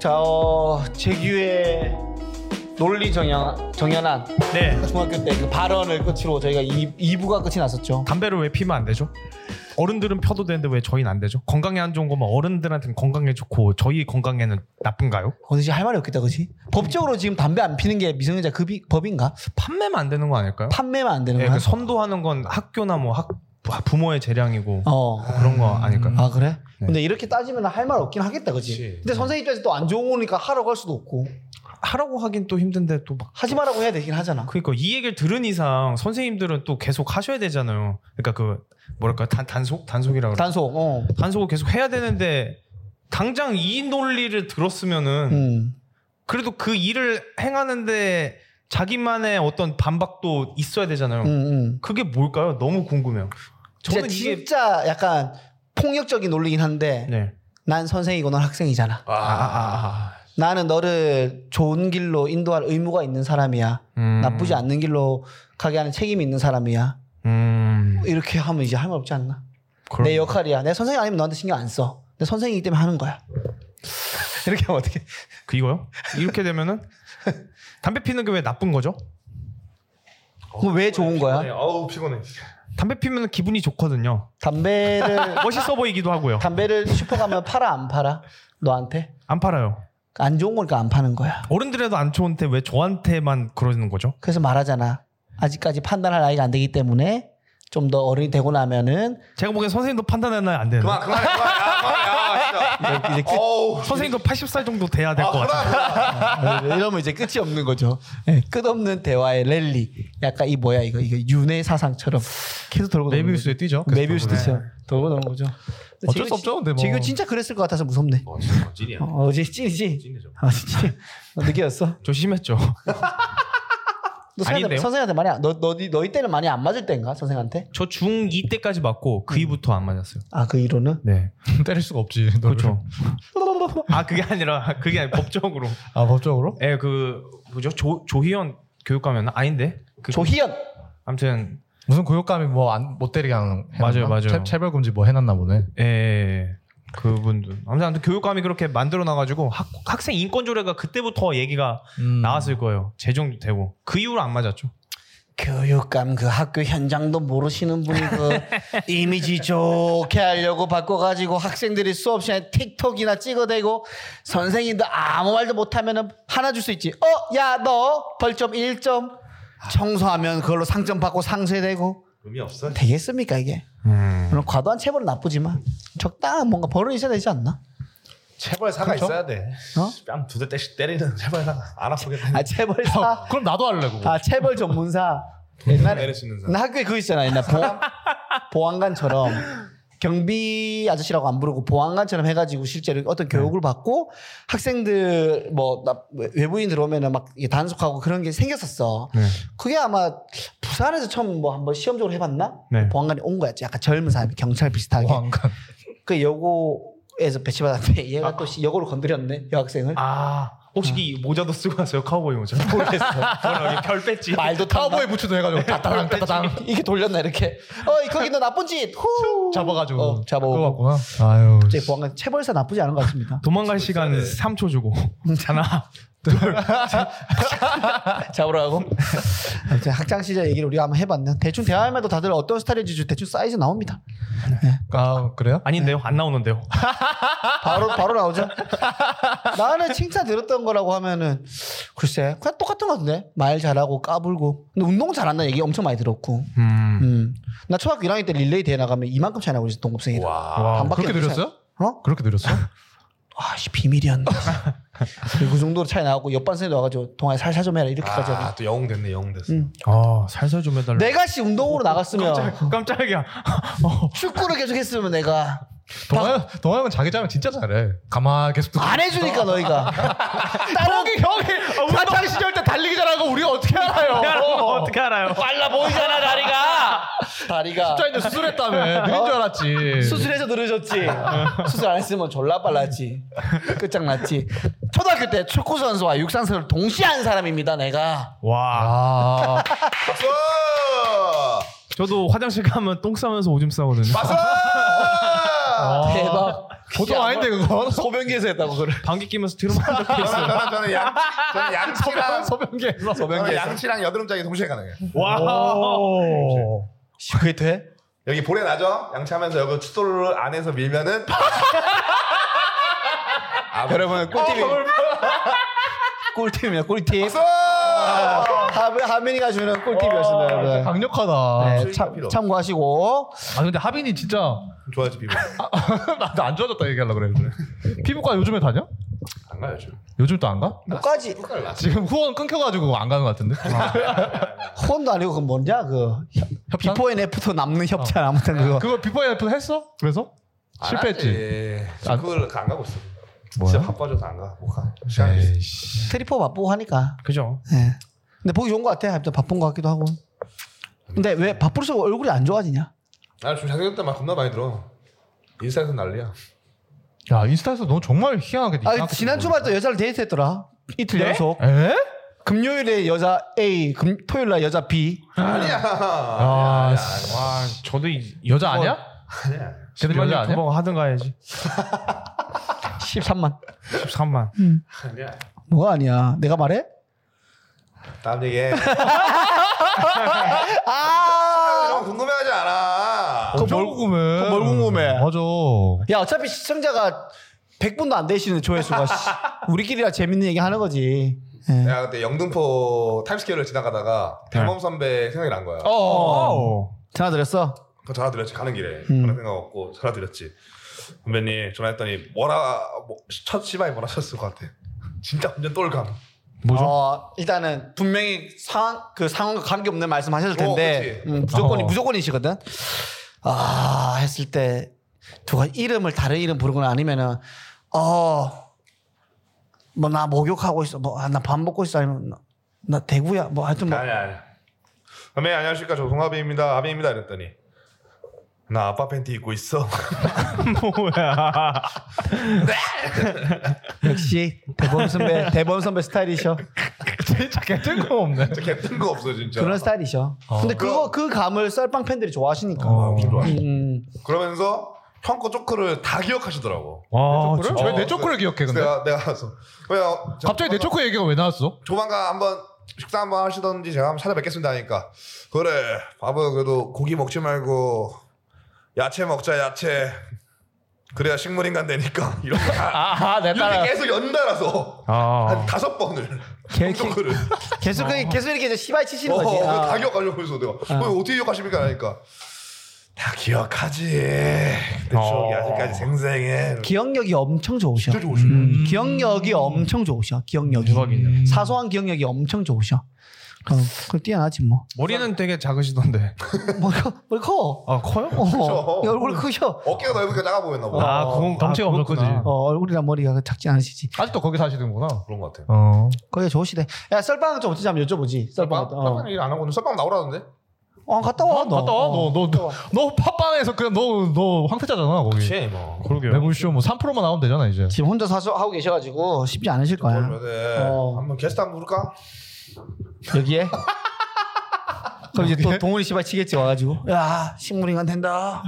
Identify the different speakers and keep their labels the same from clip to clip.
Speaker 1: 자, 어, 재규의 논리 정연, 정연한
Speaker 2: 네.
Speaker 1: 중학교 때 그 발언을 끝으로 저희가 2, 부가 끝이 났었죠.
Speaker 2: 담배를 왜 피면 안 되죠? 어른들은 펴도 되는데 왜 저희는 안 되죠? 건강에 안 좋은 거면 어른들한테는 건강에 좋고 저희 건강에는 나쁜가요?
Speaker 1: 어느지 할 말이 없겠다, 그치? 법적으로 지금 담배 안 피는 게 미성년자 급이, 법인가?
Speaker 2: 판매만 안 되는 거 아닐까요?
Speaker 1: 판매만 안 되는
Speaker 2: 예,
Speaker 1: 거야?
Speaker 2: 그 선도하는 건 학교나 뭐 학, 부모의 재량이고
Speaker 1: 어.
Speaker 2: 그런 거 아닐까요?
Speaker 1: 아, 그래?
Speaker 2: 네.
Speaker 1: 근데 이렇게 따지면 할 말 없긴 하겠다, 그치?
Speaker 2: 그치.
Speaker 1: 근데 선생님 입장에서 또 안 좋으니까 하러 갈 수도 없고.
Speaker 2: 하라고 하긴 또 힘든데 또 막.
Speaker 1: 하지 마라고 해야 되긴 하잖아.
Speaker 2: 그러니까 이 얘기를 들은 이상 선생님들은 또 계속 하셔야 되잖아요. 그러니까 그 뭐랄까 단, 단속 단속이라고 그러나?
Speaker 1: 단속, 어.
Speaker 2: 단속을 계속 해야 되는데 당장 이 논리를 들었으면은
Speaker 1: 음.
Speaker 2: 그래도 그 일을 행하는데 자기만의 어떤 반박도 있어야 되잖아요.
Speaker 1: 음, 음.
Speaker 2: 그게 뭘까요? 너무 궁금해요.
Speaker 1: 진짜,
Speaker 2: 저는 이게
Speaker 1: 진짜 약간 폭력적인 논리긴 한데,
Speaker 2: 네.
Speaker 1: 난 선생이고 넌 학생이잖아.
Speaker 2: 아, 아, 아, 아.
Speaker 1: 나는 너를 좋은 길로 인도할 의무가 있는 사람이야.
Speaker 2: 음.
Speaker 1: 나쁘지 않는 길로 가게 하는 책임이 있는 사람이야.
Speaker 2: 음.
Speaker 1: 이렇게 하면 이제 할 말 없지 않나?
Speaker 2: 그럼-
Speaker 1: 내 네, 역할이야. 내 선생님 아니면 너한테 신경 안 써. 내 선생이기 때문에 하는 거야. 이렇게 하면 어떻게?
Speaker 2: 그 이거요? 이렇게 되면은 담배 피는 게 왜 나쁜 거죠?
Speaker 1: 그럼 왜 좋은 거야?
Speaker 3: 아우 네, 피곤해.
Speaker 2: 담배 피면 기분이 좋거든요.
Speaker 1: 담배를
Speaker 2: 멋있어 보이기도 하고요.
Speaker 1: 담배를 슈퍼 가면 팔아 안 팔아? 너한테?
Speaker 2: 안 팔아요.
Speaker 1: 안 좋은 거니까 안 파는 거야.
Speaker 2: 어른들에도 안 좋은데 왜 저한테만 그러는 거죠?
Speaker 1: 그래서 말하잖아. 아직까지 판단할 나이가 안 되기 때문에 좀 더 어른이 되고 나면은
Speaker 2: 제가 보기엔 선생님도 판단해놔야 안 되는데
Speaker 3: 그만 그만 그만. 야, 그만 야, 진짜.
Speaker 1: 이제 끝,
Speaker 3: 어우.
Speaker 2: 선생님도 80살 정도 돼야 될 것
Speaker 3: 아,
Speaker 2: 같아요.
Speaker 1: 이러면 이제 끝이 없는 거죠.
Speaker 2: 네.
Speaker 1: 예, 끝없는 대화의 랠리. 약간 이 뭐야 이거 이거 윤회 사상처럼 계속 돌고 도는 거죠.
Speaker 2: 메비우스에 뛰죠. 계속
Speaker 1: 메비우스
Speaker 2: 돌고. 네.
Speaker 1: 죠 돌고 도는 거죠.
Speaker 2: 어쩔 수 없죠, 근데 뭐.
Speaker 1: 지금 진짜 그랬을 것 같아서 무섭네.
Speaker 3: 어, 진짜 찐이야.
Speaker 1: 어, 어제 찐이지.
Speaker 3: 찐이죠.
Speaker 1: 아 진짜 느끼였어.
Speaker 2: 저 심했죠.
Speaker 1: 너 선생한테,
Speaker 2: 아닌데요?
Speaker 1: 선생한테 많이 안- 너 너희 너희 때는 많이 안 맞을 때인가 선생한테?
Speaker 2: 저 중2 때까지 맞고
Speaker 4: 음.
Speaker 2: 그 이부터 안 맞았어요.
Speaker 1: 아 그 이론은?
Speaker 2: 네.
Speaker 4: 때릴 수가 없지. 너를.
Speaker 2: 그렇죠. 아 그게 아니라 그게 아니라 법적으로.
Speaker 4: 아 법적으로?
Speaker 2: 예, 그 뭐죠? 조 조희연 교육감이었나? 아닌데. 그,
Speaker 1: 조희연.
Speaker 2: 아무튼
Speaker 4: 무슨 고육감이 뭐안못 때리게 하는. 해놨나?
Speaker 2: 맞아요, 맞아요.
Speaker 4: 체- 체벌 금지 뭐 해놨나 보네.
Speaker 2: 예, 예. 예. 그분도 아무튼 아무튼 교육감이 그렇게 만들어 놔가지고 학, 학생 인권 조례가 그때부터 얘기가
Speaker 4: 음.
Speaker 2: 나왔을 거예요. 제정되고 그 이후로 안 맞았죠.
Speaker 1: 교육감 그 학교 현장도 모르시는 분이 그 이미지 좋게 하려고 바꿔가지고 학생들이 수업 시간에 틱톡이나 찍어대고 선생님도 아무 말도 못하면은 하나 줄 수 있지. 어, 야, 너 벌점 1점 청소하면 그걸로 상점 받고 상쇄되고
Speaker 3: 의미 없어.
Speaker 1: 되겠습니까 이게?
Speaker 2: 음.
Speaker 1: 물론 과도한 체벌은 나쁘지만 적당한 뭔가 벌은 있어야 되지 않나?
Speaker 3: 체벌 사가
Speaker 4: 그렇죠?
Speaker 3: 있어야 돼.
Speaker 1: 어?
Speaker 3: 뺨 두대 때씩 때리는 체벌 사가. 안 아프겠다.
Speaker 1: 아 체벌사,
Speaker 4: 그럼 나도 할래 그거.
Speaker 1: 아 체벌 전문사 옛날에
Speaker 3: 때릴 수 있는 사람.
Speaker 1: 나 학교에 그거 있잖아. 옛날 보안, 보안관처럼 경비 아저씨라고 안 부르고 보안관처럼 해가지고 실제로 어떤 교육을 받고 학생들 뭐 나- 외부인 들어오면은 막 이게 단속하고 그런 게 생겼었어.
Speaker 2: 네.
Speaker 1: 그게 아마 부산에서 처음 뭐 한번 시험적으로 해봤나?
Speaker 2: 네.
Speaker 1: 보안관이 온 거였지. 약간 젊은 사람이 경찰 비슷하게.
Speaker 4: 왕관.
Speaker 1: 그 여고에서 배치받았는데 얘가 또 시- 여고를 건드렸네 여학생을.
Speaker 2: 아 혹시
Speaker 4: 네.
Speaker 2: 이 모자도 쓰고 왔어요? 카우보이 모자.
Speaker 1: 모르겠어.
Speaker 2: 저는 여기 별 뺐지.
Speaker 1: 말도 타고
Speaker 4: 카우보이 부츠도 해가지고 따당 따당
Speaker 1: 이게 돌렸나 이렇게. 어이 거기 너 나쁜 짓. 후.
Speaker 4: 잡아가지고.
Speaker 1: 어,
Speaker 4: 그거
Speaker 1: 잡아오고.
Speaker 4: 같구나. 뭐. 아유.
Speaker 1: 제 보안관 체벌사 나쁘지 않은 것 같습니다.
Speaker 2: 도망갈 시간 3초 주고 하나
Speaker 1: 아, 잡으라고. 아무튼 학창 시절 얘기를 우리가 한번 해봤는 대충 대화해도 다들 어떤 스타일인지 대충 사이즈 나옵니다.
Speaker 4: 아 그래요?
Speaker 2: 아닌데요? 안 나오는데요?
Speaker 1: 바로 바로 나오죠. 나는 칭찬 들었던 거라고 하면은 글쎄 그냥 똑같은 것 같은데 말 잘하고 까불고 근데 운동 잘한다 는 얘기 엄청 많이 들었고.
Speaker 2: 음.
Speaker 1: 음. 나 초등학교 1학년 때 릴레이 대회 나가면 이만큼 차이 나고 있어 동급생이.
Speaker 3: 와.
Speaker 2: 와.
Speaker 1: 반밖에
Speaker 4: 그렇게
Speaker 1: 안 차이-
Speaker 4: 느렸어요?
Speaker 1: 어?
Speaker 4: 그렇게 느렸어?
Speaker 1: 아씨 비밀이었네. 그 정도로 차이 나고 옆반 선생님 와가지고 동아리 살살 좀 해라 이렇게까지 하고.
Speaker 3: 아또 영웅 됐네 영웅 됐어.
Speaker 1: 음.
Speaker 2: 아 살살 좀 해달라.
Speaker 4: 네,
Speaker 1: 내가 씨 운동으로 나갔으면
Speaker 2: 깜짝, 깜짝이야.
Speaker 1: 축구를 계속했으면 내가
Speaker 4: 동아 동아 형은 자기 짜면 진짜 잘해. 가만 계속 듣고.
Speaker 1: 안 해주니까 너희가 다른
Speaker 4: 형이 형이 사창 시절 때 달리기 잘하는 거 우리가 어떻게
Speaker 2: 야,
Speaker 4: 알아요?
Speaker 2: 어떻게 알아요?
Speaker 1: 빨라 보이잖아 다리가 다리가 어?
Speaker 4: 진짜 있는데 수술했다며 느린 줄 알았지.
Speaker 1: 수술해서 늘어졌지
Speaker 2: 네.
Speaker 1: 수술 안 했으면 졸라 빨랐지 끝장났지 초등학교 때 축구 선수와 육상 선수를 동시에 한 사람입니다 내가
Speaker 2: 와.
Speaker 4: 아
Speaker 3: 박수.
Speaker 2: 저도 화장실 가면 똥 싸면서 오줌 싸거든요.
Speaker 1: 아.
Speaker 3: 박수.
Speaker 1: 대박
Speaker 4: 보통 아닌데 그거.
Speaker 1: 소변기에서 했다고 그래.
Speaker 2: 방귀 끼면서 뒤로 만적
Speaker 4: 아,
Speaker 2: 있어.
Speaker 5: 저는 저는 양 저는 양치랑
Speaker 4: 소변기에서. 아,
Speaker 5: 저는 양치랑 여드름장이 동시에 가능해.
Speaker 2: 와.
Speaker 1: 그게 돼?
Speaker 5: 여기 볼에 나죠? 양치하면서 여기 칫솔을 안에서 밀면은 아,
Speaker 1: 여러분 꿀팁이 꿀팁이야 꿀팁.
Speaker 5: 박수!
Speaker 1: 아. 하빈, 하빈이가 주는 꿀팁이었습니다 여러분.
Speaker 4: 강력하다.
Speaker 5: 아,
Speaker 1: 네, 아, 참, 참고하시고
Speaker 4: 아 근데 하빈이 진짜
Speaker 5: 좋아지 피부.
Speaker 4: 나도 안 좋아졌다 얘기하려고 그래. 그래. 피부과 요즘에 다녀?
Speaker 3: 안 가요 지금.
Speaker 4: 요즘 또 안 가?
Speaker 1: 뭐까지
Speaker 4: 지금 후원 끊겨가지고 안 가는 것 같은데.
Speaker 1: 혼도 아니고 그 뭔지야 그
Speaker 4: 협찬?
Speaker 1: 비포 앤 애프터 남는 협찬 아무튼 어. 그거
Speaker 4: 그거 비포 애프 했어? 그래서
Speaker 5: 안
Speaker 4: 실패했지.
Speaker 5: 하지.
Speaker 4: 안-
Speaker 5: 아, 예. 그걸 안 가고 있어.
Speaker 4: 뭐야?
Speaker 5: 진짜 바빠져서 안 가. 못 가. 시간이 있어.
Speaker 1: 트리포 바쁘고 하니까.
Speaker 2: 그죠.
Speaker 1: 예. 근데 보기 좋은 것 같아. 하여튼 바쁜 것 같기도 하고. 근데 왜 바쁠수록 얼굴이 안 좋아지냐?
Speaker 5: 나좀 자격증 때막 겁나 많이 들어. 인스타에서 난리야.
Speaker 4: 야 인스타에서 너 정말 희한하게. 네
Speaker 1: 아 지난 주말 또 여자를 데이트했더라. 이틀
Speaker 2: 네?
Speaker 1: 연속.
Speaker 4: 에?
Speaker 1: 금요일에 여자 A, 금, 토요일 날 여자 B.
Speaker 5: 아니야.
Speaker 4: 아,
Speaker 5: 아니야.
Speaker 4: 씨.
Speaker 2: 와, 저도 이
Speaker 4: 여자 아니야?
Speaker 5: 아니야.
Speaker 4: 걔들 여자 아니야?
Speaker 2: 뭐 하든가 해야지.
Speaker 1: 13만.
Speaker 2: 13만.
Speaker 5: 아니야.
Speaker 1: 뭐가 아니야? 내가 말해?
Speaker 5: 다음 얘기해.
Speaker 1: 아!
Speaker 5: 이런 거 궁금해하지 않아.
Speaker 4: 그뭘 궁금해?
Speaker 1: 그거 뭘 궁금해?
Speaker 4: 맞아.
Speaker 1: 야 어차피 시청자가 100분도 안 되시는데 조회수가 씨. 우리끼리라 재밌는 얘기 하는 거지. 예.
Speaker 5: 내가 그때 영등포 타임스퀘어를 지나가다가 대범 선배 생각이 난 거야.
Speaker 2: 어.
Speaker 1: 전화 드렸어?
Speaker 5: 그 전화 드렸지 가는 길에
Speaker 1: 음.
Speaker 5: 그런 생각 없고 전화 드렸지 선배님 전화했더니 뭐라 뭐, 첫 시발이 뭐라 하셨을 것 같아 진짜 완전 똘감
Speaker 2: 뭐죠?
Speaker 1: 어, 일단은 분명히 상황 그 상황과 관계 없는 말씀 하셨을 텐데
Speaker 5: 어,
Speaker 1: 음, 무조건이
Speaker 4: 어.
Speaker 1: 무조건이시거든. 아 했을 때 누가 이름을 다른 이름 부르거나 아니면은 어뭐 나 목욕하고 있어 뭐 나 밥 먹고 있어 아니면 나, 나 대구야 뭐 하여튼 뭐
Speaker 5: 아니야 아니야 선배 안녕하십니까 저 송하빈입니다 아빈입니다 이랬더니 나 아빠 팬티 입고 있어
Speaker 2: 뭐야.
Speaker 1: 역시 대범 선배 대범 선배 스타일이셔
Speaker 4: 진짜 개뜬금 없네.
Speaker 5: 진짜 개뜬 거 없어 진짜
Speaker 1: 그런 스타일이셔.
Speaker 4: 어.
Speaker 1: 근데 그거 그 감을 썰빵 팬들이 좋아하시니까.
Speaker 5: 아, 엄청 좋아
Speaker 1: 음,
Speaker 5: 그러면서 형 거 쪼크를 다 기억하시더라고
Speaker 2: 와,
Speaker 4: 그래?
Speaker 2: 진짜.
Speaker 4: 왜
Speaker 5: 어,
Speaker 4: 내 초코를 기억해 근데?
Speaker 5: 내가 내가 그래서 그냥 저-
Speaker 4: 갑자기 내 초코 얘기가 왜 나왔어?
Speaker 5: 조만간 한번 식사 한번 하시던지 제가 한번 찾아뵙겠습니다 하니까 그래 밥은 그래도 고기 먹지 말고 야채 먹자 야채 그래야 식물인간 되니까 이렇게 다-
Speaker 4: 아하 내
Speaker 5: 이렇게 계속 연달아서 한
Speaker 2: 아.
Speaker 5: 다섯 번을
Speaker 1: 개-
Speaker 5: 정도를
Speaker 1: 계속 그- 계속 이렇게 이제 시발 치시는
Speaker 5: 어,
Speaker 1: 거지.
Speaker 5: 그거
Speaker 1: 아.
Speaker 5: 다 기억하려고 해서 내가 어. 이거 어떻게 기억하십니까 하니까 다 기억하지 내 추억이
Speaker 2: 어.
Speaker 5: 아직까지 생생해
Speaker 1: 기억력이 엄청 좋으셔.
Speaker 5: 네. 진짜 좋으시네
Speaker 1: 음, 기억력이 엄청 좋으셔. 기억력이. 음.
Speaker 2: 대박이네.
Speaker 1: 사소한 기억력이 엄청 좋으셔. 그, 그 뛰어나지 뭐.
Speaker 2: 머리는 되게 작으시던데.
Speaker 1: 머리가, 머리 커.
Speaker 2: 아, 커요?
Speaker 1: 어, 야, 얼굴 크셔.
Speaker 5: 어깨가 넓으니까 작아 보였나 보다
Speaker 2: 아, 그건
Speaker 4: 덩치가 없는
Speaker 2: 그렇구나.
Speaker 4: 거지.
Speaker 1: 어, 얼굴이랑 머리가 작지 않으시지.
Speaker 4: 아직도 거기 사시는구나.
Speaker 5: 그런 것 같아요
Speaker 4: 어.
Speaker 1: 거기가 좋으시대. 야, 썰빵 좀 어쩌지 한번 여쭤보지. 썰빵.
Speaker 5: 썰빵
Speaker 1: 어.
Speaker 5: 썰빵 얘기 안 하고는 썰빵 나오라는데
Speaker 1: 어, 갔다 와. 너.
Speaker 4: 갔다 와.
Speaker 1: 어.
Speaker 4: 너너너 팟빵에서 그냥 너너 황태자잖아 거기.
Speaker 3: 그치 뭐.
Speaker 2: 그러게요.
Speaker 4: 매불쇼 뭐 3%만 나오면 되잖아 이제.
Speaker 1: 지금 혼자 사서 하고 계셔가지고 쉽지 않으실 거야.
Speaker 5: 그러면은
Speaker 1: 어.
Speaker 5: 한번 게스트 한번 부를까? 아,
Speaker 1: 여기에. 그럼 이제 또 동훈이 씨발 치겠지 와가지고. 야, 식물인간 된다.